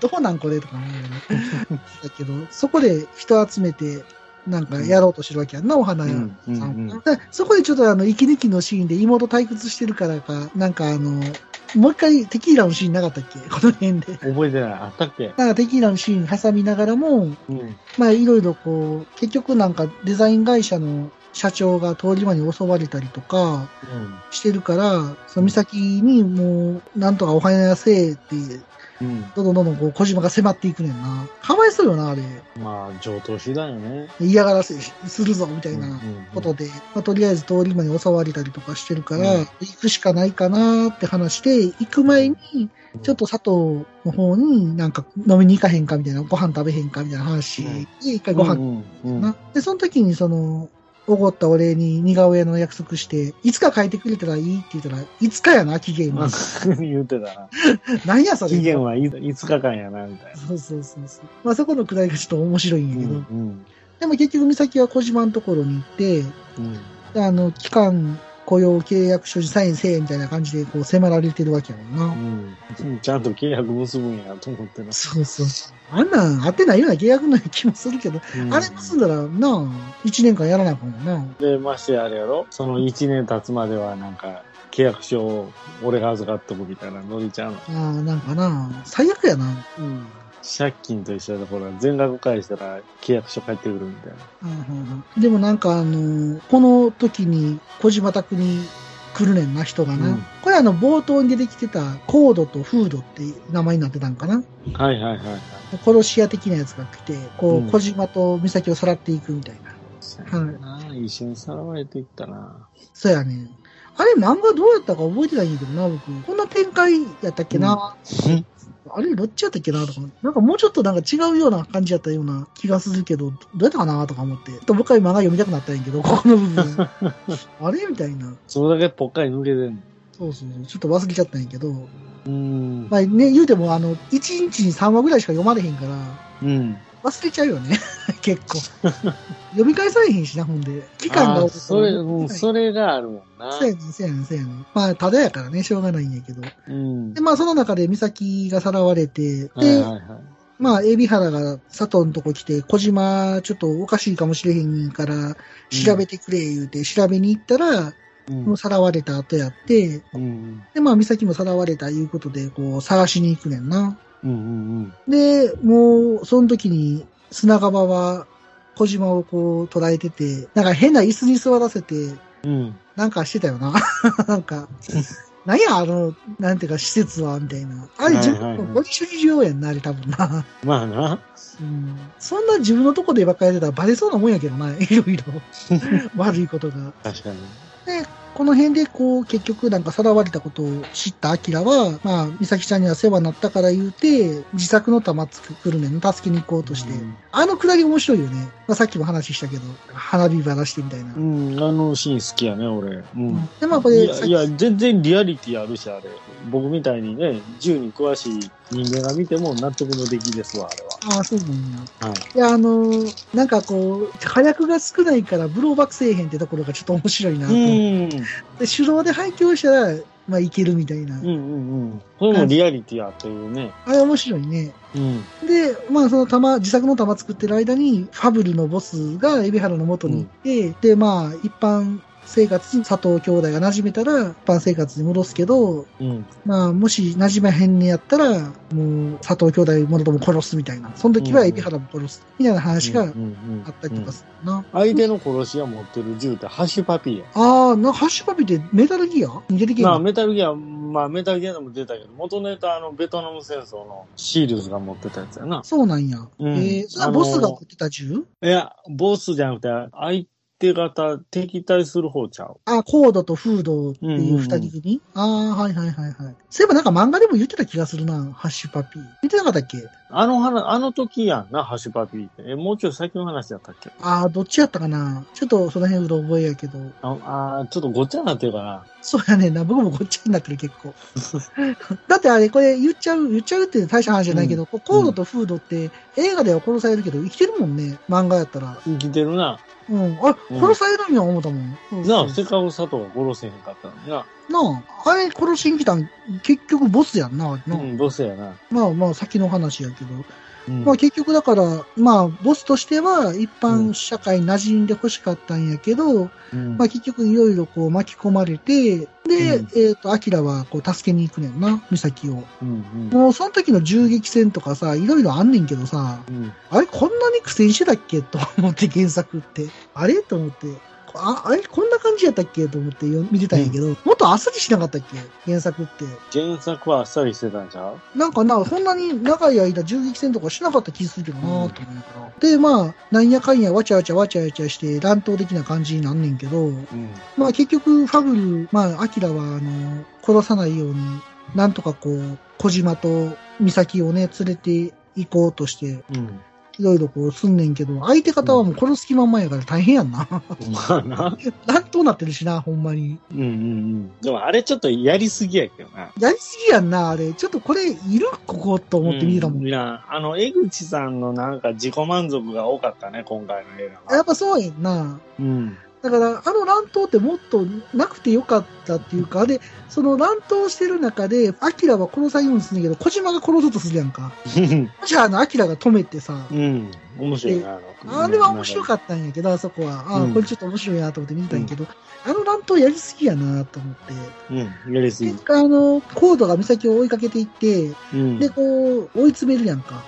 どうなんこれとか思いながら。だけど、そこで人集めて、なんかやろうとしてるわけやんな、お花屋さん。
うんうんうん
だからそこでちょっとあの、息抜きのシーンで妹退屈してるからか、なんかあの、もう一回テキーラのシーンなかったっけ この辺で。
覚えてない。あったっけ
なんかテキーラのシーン挟みながらも、
うん。
まあいろいろこう、結局なんかデザイン会社の社長が通り魔に襲われたりとか、してるから、その岬にもう、なんとかお花屋せえって、
うん。
どんどんどんどんこう小島が迫っていくねんな。かわいそうよな、あれ。
うん。まあ、上等手段よね。
嫌がらせするぞ、みたい
うん
な
うんうん
ことで、まあ、とりあえず通り魔に襲われたりとかしてるから、
うん
行くしかないかなって話して、行く前に、ちょっと佐藤の方になんか飲みに行かへんかみたいな、ご飯食べへんかみたいな話
うん
で、一回ご飯
うんうんうん
な。で、その時にその、おごったお礼に似顔絵の約束して、いつか書いてくれたらいいって言ったら、いつかやな、期限
ま
は
あ。、 言うてたな。
何やそれ。
期限はい5日間やな、みたいな。
そうそうそうそう。まあそこのくらいがちょっと面白いんやけど。
うん。
でも結局美咲は小島のところに行って、
うん。
あの、期間雇用契約書にサインせえみたいな感じでこう迫られてるわけやもんな。
うん。ちゃんと契約結ぶんやと思ってます。
そうそう。あんなん当てないような契約のような気もするけど、あれ結んだらなあ、一年間やらなあかんもんな。
で、ましてやあれやろその1年経つまではなんか、契約書を俺が預かっとくみたいなノリちゃうの。
ああ、なんかな、最悪やな。
うん。借金と一緒でほら、全額返したら契約書返ってくるみたいな。
うんうんうんでもなんかあの、この時に小島宅に来るねんな人がな。
うん
これあの冒頭に出てきてたコードとフードって名前になってたんかな。
はいはいはいはい。
殺し屋的なやつが来て、こ
う
う、
ん
小島と美咲をさらっていくみたいな。
なあ一緒にさらわれていったな。
そうやねん。あれ漫画どうやったか覚えてないんだけどな、僕。こんな展開やったっけな。あれどっちやったっけなとか。なんかもうちょっとなんか違うような感じやったような気がするけど、どうやったかなとか思って。ちょっともう一回漫画読みたくなったんやけど、ここの部 分。あれみたいな。
それだけぽっかり抜けてんの。
そうそうそう。ちょっと忘れちゃったんやけど。
うん。
まあね、言うてもあの、1日に3話ぐらいしか読まれへんから、
うん。
忘れちゃうよね。 結構。読み返されへんしな、ほんで。期間が
あ
多
ー
くて
それ、うん、それがあるもんな。
そうやねん、そうやねん、そうやねん。まあ、ただやからね、しょうがないんやけど。
うん。
で、まあ、その中で美咲がさらわれて、で、
はいはいはい。
まあ、海老原が佐藤のとこ来て、小島、ちょっとおかしいかもしれへんから、調べてくれ、言うて、調べに行ったら、
うん
もうさらわれた後やって、
うん。
で、まあ、美咲もさらわれたいうことで、こう、探しに行くねんな。
うんうん
で、もう、その時に、砂川は、小島をこう、捉えてて、なんか変な椅子に座らせて、
うん。うん。
なんかしてたよな。 なんか、なんや、あの、なんていうか、施設は、みたいな。あれ、
はい
自
はいはい
分のボディ主義上やんな、あれ、多分な。
まあな。
うんそんな自分のとこでばっかりやってたらバレそうなもんやけどな、い ろ いろ。悪いことが。
確かに。
この辺で、こう、結局、なんか、さらわれたことを知ったアキラは、まあ、美咲ちゃんには世話になったから言うて、自作の玉作るねんの、助けに行こうとして。あのくだり面白いよね。まあ、さっきも話したけど、花火ばらしてみたいな。
うん、あのシーン好きやね、俺。うん。
で、まあ、こ
い
れ、
や、
さっ
い
き
や、全然リアリティあるし、あれ。僕みたいにね、銃に詳しい人間が見ても納得の出来ですわ、あれは。
ああ、そうなんや。
はい
や、あのーなんかこう、火薬が少ないからブローバックせえへんってところがちょっと面白いなと。
うん。
で、手動で配給したら、まあいけるみたいな。
うんうんうん。これもリアリティやというね。
あれ面白いね。
うん。
で、まあその弾、自作の弾作ってる間に、ファブルのボスが海老原の元に行って、で、まあ一般生活に佐藤兄弟が馴染めたら、一般生活に戻すけど、
うん。
まあ、もし馴染めへんねやったら、もう、佐藤兄弟もろとも殺すみたいな。その時は海老原も殺す。みたいな話が
うんうん
あったりと
うん
かするな。
相手の殺し屋持ってる銃ってハッシュパピーや。
ああ、な、ハッシュパピってメタルギアに出てき
まあ、
の
メタルギア、まあ、メタルギアでも出たけど、元ネタ、あの、ベトナム戦争のシールズが持ってたやつやな。
そうなんや。
うん
えー、それはボスが持ってた銃
いや、ボスじゃなくて、相手方、敵対する方ちゃう。
あ、コードとフードっていう二人組、ああ、はいはいはいはい。そういえばなんか漫画でも言ってた気がするな、ハッシュパピ。見てなかったっけ
あの話、あの時やんな、ハッシュパピーって。え、もうちょい先の話やったっけ
ああ、どっちやったかなちょっとその辺うろ覚えやけど。
ああー、ちょっとごっちゃになってるかな。
そうやねんな、僕もこっちゃになってる結 構。だってあれ、これ言っちゃう、言っちゃうって大した話じゃないけど、こうコードとフードって映画では殺されるけど生きてるもんね、漫画やったら。
生きてるな。
うん。あ、
うん
殺されるんや思ったもん。そう
な
そ
あ、
う
せっかく佐藤が殺せへんかったのにな。
なあ、あれ殺しに来たん、結局ボスやんな、あれ
う
な。
ん、ボスやな。
まあまあ、先の話やけど。
うん
まあ結局だから、まあ、ボスとしては一般社会に馴染んで欲しかったんやけど、
うん
まあ結局いろいろこう巻き込まれて、で、
うん
えっ、と、アキラはこう助けに行くねんな、ミサキを。
うんうん
もうその時の銃撃戦とかさ、いろいろあんねんけどさ、
うん
あれこんなに苦戦してたっけと思って原作って。あれと思って。ああれこんな感じやったっけと思ってよ見てたんやけど、もっとあっさりしなかったっけ原作って。
原作はあっさりしてたんちゃう
なんかな、そんなに長い間銃撃戦とかしなかった気するけどなぁと思うんやから。で、まあ、なんやかんやわちゃわちゃわちゃわちゃして乱闘的な感じになんねんけど、
うん。
まあ結局、ファブル、まあ、アキラは、あの、殺さないように、なんとかこう、小島と美咲をね、連れて行こうとして、
うん。
いろいろこうすんねんけど、相手方はもう殺す気満々やから大変やんな。
まあな。
なんとなってるしな、ほんまに。
うんうんうん。でもあれちょっとやりすぎやけどな。
やりすぎやんな、あれ。ちょっとこれ、いるここと思って見てたもん。
うんいや、あの、江口さんのなんか自己満足が多かったね、今回の映画
や
は
っ。ぱそうやんな。
うん。
だから、あの乱闘ってもっとなくてよかったっていうか、で、その乱闘してる中で、アキラは殺されるんですねんけど、小島が殺そうとするやんか。じゃあ、あの、アキラが止めてさ、
うん。面白いな、あの。
あれは面白か
っ
ったんやけど、あそこは。ああ
うん
これちょっと面白いなと思って見てたんやけど、あの乱闘やりすぎやなと思って。
た。うん。やりすぎ
結。果、あの、コードが美咲を追いかけていって、
うん。
で、こう、追い詰めるやんか。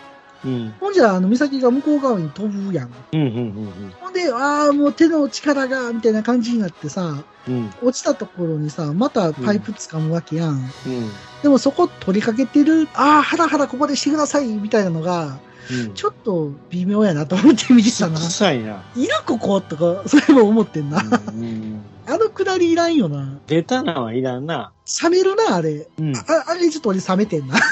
うん。
ほんじゃ、あの、美咲が向こう側に飛ぶやん。
うんうんうん
ほんで、ああ、もう手の力が、みたいな感じになってさ、
うん。うん。
落ちたところにさ、またパイプ掴むわけやん。
うん。
でもそこ取りかけてる、ああ、ハラハラここでしてください、みたいなのが、
うん。
ちょっと微妙やなと思って見てた な。
臭いな。
いるこことか、それも思ってんな。
うんうん。
あのくだりいらんよな。
ベタなはいらんな。
冷めるな、あれ。
うん。
ああれちょっと俺冷めてんな。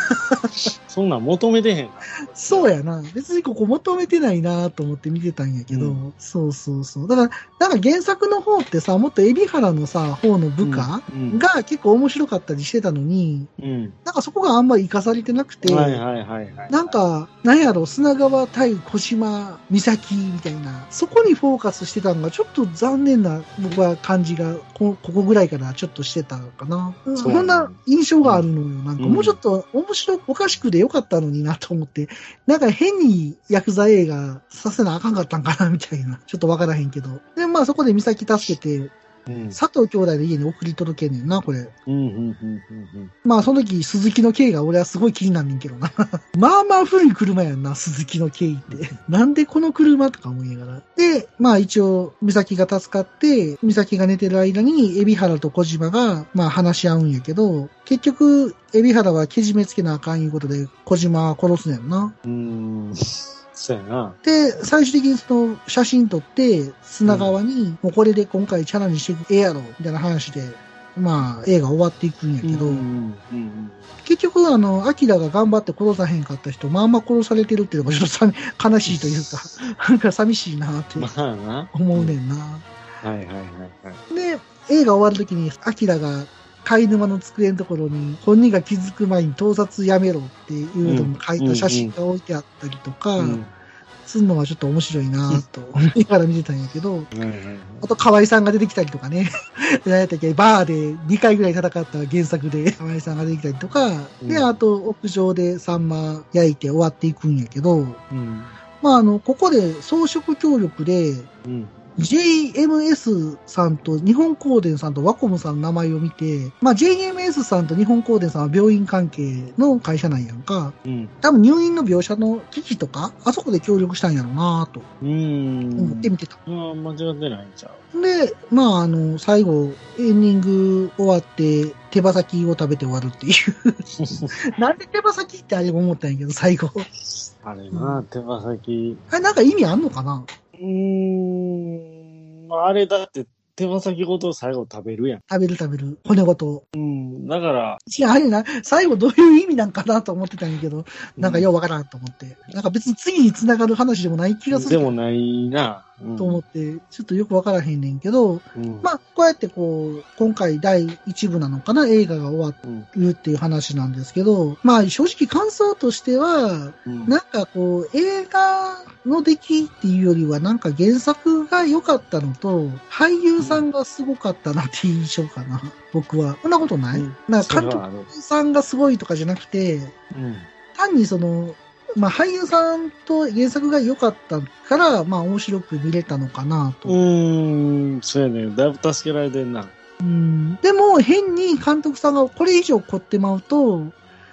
そんなん求めてへんから。
そうやな。別にここ求めてないなと思って見てたんやけど、
う
そうそうそう。だから、なんか原作の方ってさ、もっと海老原のさ、方の部下、
うん。
が結構面白かったりしてたのに、
うん。
なんかそこがあんまり生かされてなくて、
はいはいはいはい。
なん、か、なんやろ、砂川対小島、美咲みたいな、そこにフォーカスしてたのが、ちょっと残念な、僕は感じがこ、ここぐらいからちょっとしてたかな。うん
そう
そんな印象があるのよ。なんか、
うん
もうちょっと面白おかしくでよかったのになと思って、なんか変にヤクザ映画させなあかんかったんかな、みたいな。ちょっとわからへんけど。で、まあそこで美咲助けて、
うん。
佐藤兄弟の家に送り届けんねんな、これ。
うんうんうんうんうん。
まあ、その時、鈴木の経緯が俺はすごい気になんねんけどな。 まあまあ古い車やんな、鈴木の経緯って。なんでこの車とか思いながら。で、まあ一応、美咲が助かって、美咲が寝てる間に、海老原と小島が、まあ話し合うんやけど、結局、海老原はけじめつけなあかんいうことで、小島は殺すねんな。
うーん。そうやな。
で、最終的にその写真撮って、砂川に、もうこれで今回チャラにしてくええやろ、みたいな話で、まあ映画終わっていくんやけど、
うんうん
結局、あの、アキラが頑張って殺さへんかった人、まあまあ殺されてるっていうのがちょっとさみ悲しいというか、なんか寂しいなって
うん。まあな。
思うねんな。
はいはいはいはい。
で、映画終わるときに、アキラが貝沼の机のところに、本人が気づく前に盗撮やめろっていうのも書いた写真が置いてあったりとか、
うん
すんのはちょっと面白いなと思いながら見てたんやけど、
うんうん
あと河合さんが出てきたりとかね、 何やったっけ、バーで2回ぐらい戦った原作 で河合さんが出てきたりとか、で、
うん
あと屋上でサンマ焼いて終わっていくんやけど、
うん
まああの、ここで装飾協力で、
うん。
JMS さんと日本光電さんとワコムさんの名前を見て、まあ、JMS さんと日本光電さんは病院関係の会社なんやんか、
うん。
多分入院の描写の機器とか、あそこで協力したんやろうなと
うん。
思って見てた。
あ間違ってないんちゃ
で、まあ、あの、最後、エンディング終わって、手羽先を食べて終わるって いう。なんで手羽先ってあれ思ったんやけど、最後。
うあれな、手羽先。
あれ、なんか意味あんのかな
うーん。まああれだって、手羽先ごと最後食べるやん。
食べる食べる、骨ごと。
うん。だから、
いや、あれな、最後どういう意味なんかなと思ってたんやけど、なんかようわからんと思って。なんか別に次に繋がる話でもない気がす
で
る
もないな。うん
と思って、ちょっとよくわからへんねんけど、
うん
まあ、こうやってこう、今回第1部なのかな、映画が終わるっていう話なんですけど、まあ正直感想としては、
うん
なんかこう、映画の出来っていうよりは、なんか原作が良かったのと、俳優さんがすごかったなっていう印象かな、僕は。そんなことない、
うん
なん
そ
か
れ
監督
はある
さんがすごいとかじゃなくて、
うん
単にその、まあ、俳優さんと原作が良かったから、まあ、面白く見れたのかなと。
うーん、そうやね。だいぶ助けられてんな。
うんでも、変に監督さんがこれ以上凝ってまうと、
う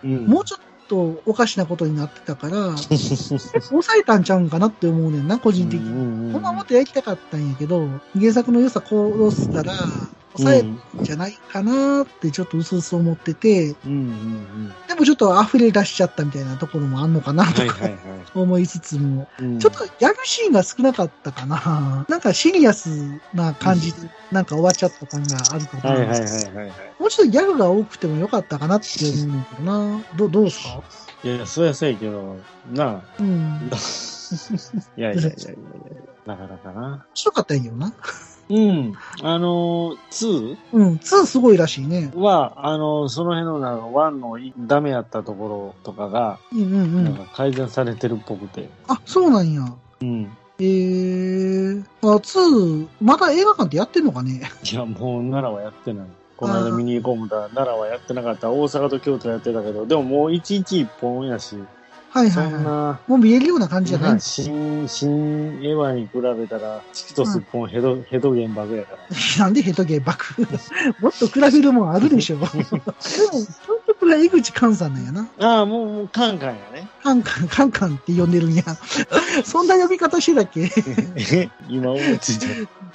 ん
もうちょっとおかしなことになってた から、抑えたんちゃうんかなって思うねんな、個人的に。
に
ほんまはもっとやりたかったんやけど、原作の良さ殺すから、抑えんじゃないかなってちょっと薄々思ってて、
うんうんうん。
でもちょっと溢れ出しちゃったみたいなところもあんのかな
は
と
い
か
はいは
思いつつも、
いうん。
ちょっとギャグシーンが少なかったかな。なんかシリアスな感じで、なんか終わっちゃった感があると思
はいは
うん
いは
で
い
す
はいは
もうちょっとギャグが多くてもよかったかなって思うんだけどな。どどうですか
い。いや、そうやそうやけど、 なあ。
うん。面
いやいやいやいやいやなかなかな。
白かったんやけどな。
うん。あの、2
うん。2すごいらしいね。
は、あの、その辺のなんか1のダメやったところとかが、
うんうんう
なん
ん。
か改善されてるっぽくて。
あ、そうなんや。
うん。
えー。あ、2、また映画館ってやってんのかね
いや、もう奈良はやってない。この間見に行こうもたら奈良はやってなかった。大阪と京都やってたけど、でももう一日一本やし、
はい
そ
はい
ん
は
な、
い。もう見えるような感じじゃない、
まあ新、新エヴァに比べたら、チキとスッポンヘド、ヘド原爆やか ら。
なんでヘトゲー爆 もっと比べるもんあるでしょ。でも、監督が江口寛さんなんやな。
ああ、もう、もうカンカンやね。
カンカン、カンカンって呼んでるんや。 そんな呼び方してたっけ
今思いつい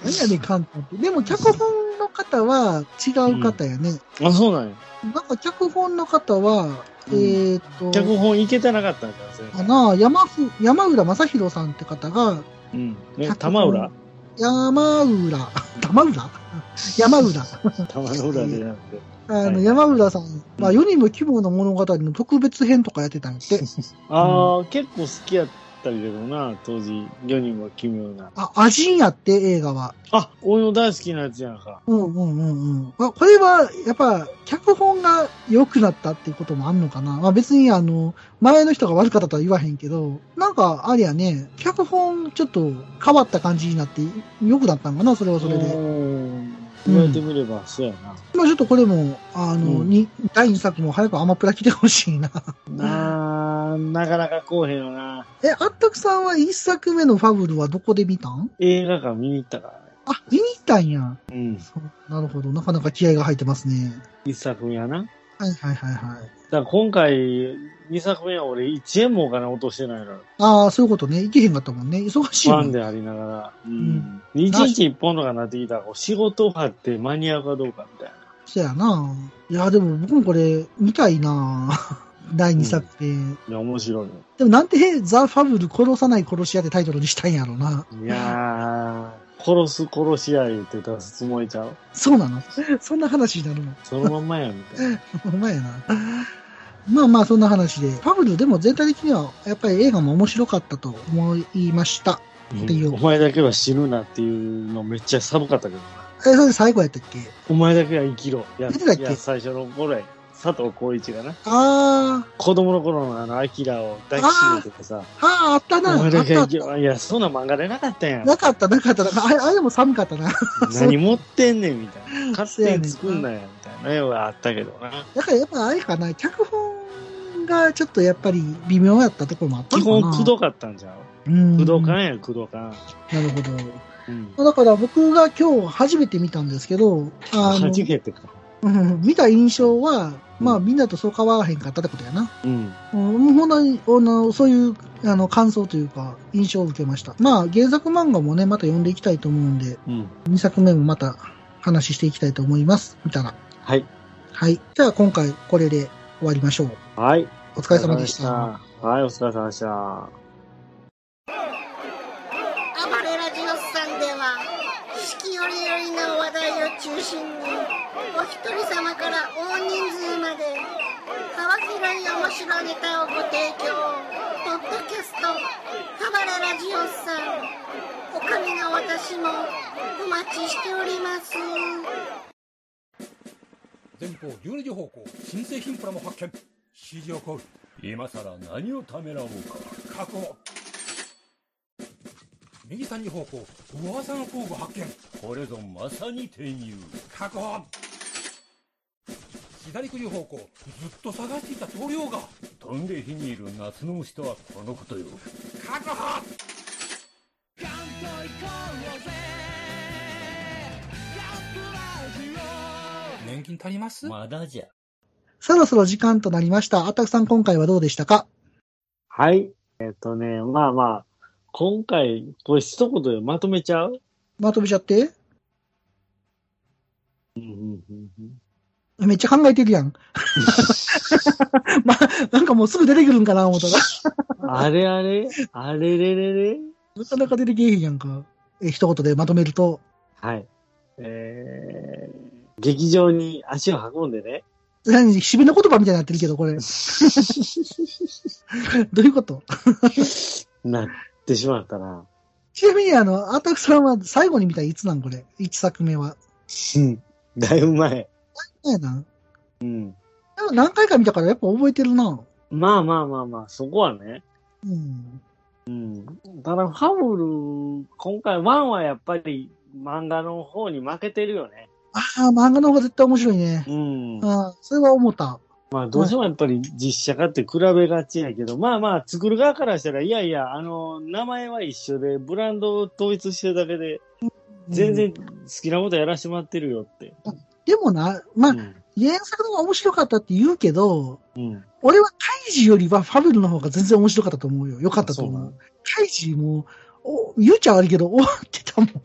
何やねん、カンカンって。でも、脚本の方は違う方やね。
た。あ、そうなんや。
なんか、脚本の方は、
うん
えっ、ー、と、
脚本いけてなかったんだ、それ。
かな山ふ、山浦正宏さんって方が、
うん。
脚
ね
本、
玉浦
山浦、 玉浦山浦。
玉の裏でなくて。
あ
は
の、
い
山浦さん、まあ、世人も奇妙な物語の特別編とかやってたんやって。
ああ、結構好きやったけどな、当時、世人も奇妙な。
あ、アジンやって、映画は。
あ、俺の大好きなやつやんか。
うんうんうんうん。まあ、これは、やっぱ、脚本が良くなったっていうこともあんのかな。まあ別に、あの、前の人が悪かったとは言わへんけど、なんか、あれやね、脚本ちょっと変わった感じになって、良くなったのかな、それはそれ
う
で。
ん言われてみれば、そうやな。
まあちょっとこれも、あの、
うん
に第2作も早くアマプラ来てほしいな。
なあ、なかなかこうへんよな。
え、あったくさんは1作目のファブルはどこで見たん
映画館見に行ったからね。
あ、見に行ったんや。
うん。
そうなるほど。なかなか気合が入ってますね。
一作目やな。だか
はいはいはいはい。
ら今回、二作目は俺1円もお金落としてないの。
ああ、そういうことね。行けへんかったもんね。忙しい
フ
も
ァ
ん
ン
ね。
でありながら。うん。一日一本とかなってきたら、こう仕事を張って間に合うかどうかみたいな。
そやな。いや、でも僕もこれ、見たいな。 第2作目。
いや、面白いよ。
でもなんでへ、ザ・ファブル殺さない殺し屋ってタイトルにしたんやろな。
いやー、殺す殺し合い言って出すつもりちゃう
そうなのそんな話になるの。
そのまんまや、みたいな。
ほんまやな。まあまあ、そんな話で。ファブルでも全体的には、やっぱり映画も面白かったと思いました。っていう
うんお前だけは死ぬなっていうのめっちゃ寒かったけどな。
え、それ最後やったっけ
お前だけは生きろ。や
何だっけ
いや最初の頃や。佐藤浩市がな、
あ
子供の頃のあの、アキラを抱きしめててさ、
あ、はあ、あった
お
な。あ
前だ
っ
け
たあ
は
っ
生きろ。いや、そんな漫画でなかったや
た。
ん。
なかった、なかった。なかったあれ、あれでも寒かったな。
何持ってんねんみたいな。勝手に作んな
そう
よみたいな絵はあったけどな。
だからやっぱあれかな、脚本がちょっとやっぱり微妙やったところもあった
基
のかな。
本、くどかったんじゃん。
うん
くどかんや、くどかん。
なるほど。
うん。
だから僕が今日初めて見たんですけど、あ
は
の、
じけてか。
うん見た印象は、
うん
まあみんなとそう変わらへんかったってことやな。
うん。
うん、ほんとに、あのそういうあの感想というか印象を受けました。まあ原作漫画もね、また読んでいきたいと思うんで、
うん。
2作目もまた話していきたいと思います。見たら。
はい。
はい。じゃあ今回これで終わりましょう。
はい。
お疲
お
れ様でした。
した。はい、お疲れ様でした。
暴れラジオスさんでは四季折々の話題を中心にお一人様から大人数まで幅広い面白いネタをご提供ポッドキャスト「暴れラジオスさん」おかみの私もお待ちしております。
前方12時方向新製品プラも発見指示をコール
今さら何をためらおうか
確保右3時方向噂の工具発見
これぞまさに転入
確保左9時方向ずっと探していた棟梁が
飛んで火にいる夏の虫とはこのことよ
確保年金足ります
まだじゃ
そろそろ時間となりました。あたくさん今回はどうでしたか
はい。えっとね、まあまあ、今回、これ一言でまとめちゃう
まとめちゃって
うんうんうんうん。
めっちゃ考えてる やん。ま、なんかもうすぐ出てくるんかな思ったら。
あれあれあれれれれ
なかなか出てけえへんやんか。え、一言でまとめると。
はい。えー、劇場に足を運んでね。
何締めの言葉みたいになってるけど、これ。 どういうこと
なってしまったな。
ちなみに、あの、アタクさんは最後に見たいつなんこれ。一作目は。
うん。だいぶ前。
何やな。
うん。
でも何回か見たからやっぱ覚えてるな。
まあまあまあまあ、そこはね。
うん。
ただ、ファブル、今回、ワンはやっぱり漫画の方に負けてるよね。
ああ、漫画の方が絶対面白いね。
うん。
ああ、それは思った。
まあ、どうしてもやっぱり実写化って比べがちやけど、まあまあ、作る側からしたら、いやいや、あの、名前は一緒で、ブランドを統一してるだけで、全然好きなことやらしてもらってるよって。
でもな、まあ
う、ん。
原作の方が面白かったって言うけど、
うん。
俺はカイジよりはファブルの方が全然面白かったと思うよ。良かったと
あそう
思
な
う
の。
カイジも、お、言うちゃ悪いけど、終わってたもん。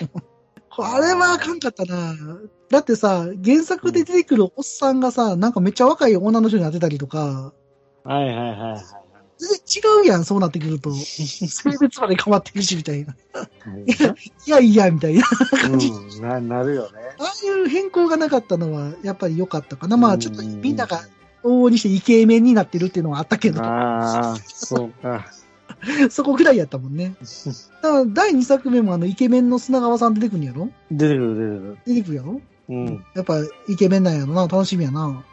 あれはあかんかったな。だってさ、原作で出てくるおっさんがさ、なんかめっちゃ若い女の人に当てたりとか、
はいはいはいはい。
全然違うやん、そうなってくる と。性別まで変わってるし、みたいな。いやいや、みたいな。
うん、 な、なるよね。
ああいう変更がなかったのは、やっぱり良かったかな。まあ、ちょっと
うん
みんなが往々にしてイケメンになってるっていうのはあったけど。
ああ、そうか。
そこぐらいやったもん ね。だから第2作目もあのイケメンの砂川さん出てくるんやろ
出てくる
出てくるやろ、
出てくる。うん。
やっぱイケメンなんやろな、楽しみや な。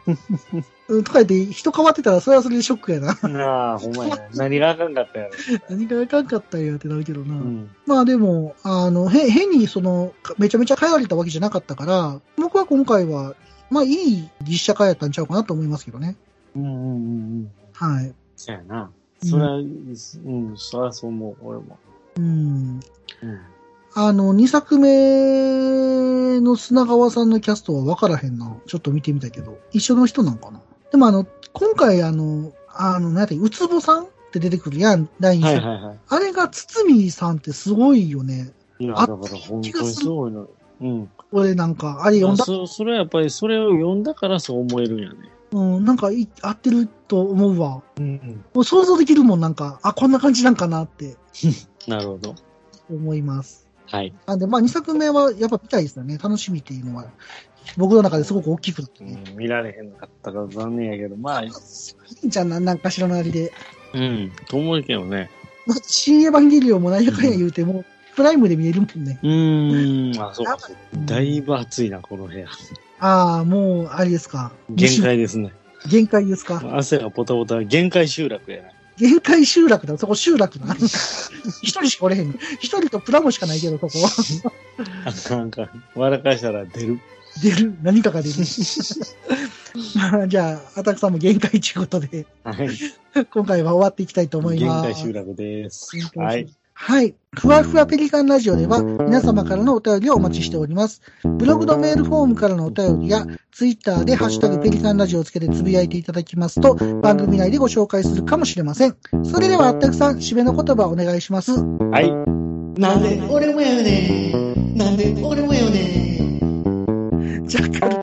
うんとか言って人変わってたらそれはそれでショックやな。
なあ、ほんまやね。何があかんかったやろ。
何があかんかったんやってなるけどな。
うん。
まあでも、あの、へ変にその、かめちゃめちゃ変えられたわけじゃなかったから、僕は今回は、まあいい実写化やったんちゃうかなと思いますけどね。
うんうんうんうん。
はい。
そやな。そりゃ、うん、そりゃそう思う、俺も。
うん。
うん。
あの、2作目の砂川さんのキャストは分からへんな。ちょっと見てみたけど。一緒の人なんかな。でもあの、今回あの、あの、なんやったっけうつぼさんって出てくるやん、第2
は
作。
いはいはい。
あれが堤さんってすごいよね。
いや、
あ
だから本当にすごいの。うん。
俺なんか、あれ読んだ、
そそれはやっぱり、それを読んだからそう思えるんやね。
うん、なんかい合ってると思うわ。
うん。
もう想像できるもん、なんか、あ、こんな感じなんかなって
なるほど。
思います。
はい。
なんで、まあ2作目はやっぱ見たいですよね。楽しみっていうのは、僕の中ですごく大きくなって
う
ね。
ん、見られへんかったから残念やけど、まあ、
いいんじゃんな、なんかしらのあれで。
うん、と思うけどね。
まあ、新エヴァンゲリオンもなんやかんや言うても、プライムで見えるもんね。
うーん、あ、そうか、そうかだいぶ暑いな、この部屋。
ああ、もう、あれですか。
限界です ね。
限界ですか。
汗がポタポタ、限界集落やな。
限界集落だ。そこ集落な。一人しかおれへん。一人とプラモしかないけど、そこ。
なんか、笑かしたら出る。
出る。何かが 出る。まあ、じゃあ、アタックさんも限界ということで、
はい。
今回は終わっていきたいと思い
限
ます。
界集落です。
は
はいい。
はい。ふわふわペリカンラジオでは皆様からのお便りをお待ちしております。ブログのメールフォームからのお便りや、ツイッターでハッシュタグペリカンラジオをつけてつぶやいていただきますと、番組内でご紹介するかもしれません。それでは、あったくさん、締めの言葉をお願いします。
はい。
なんで俺もやねんなんで俺もやねん
じゃあ、カル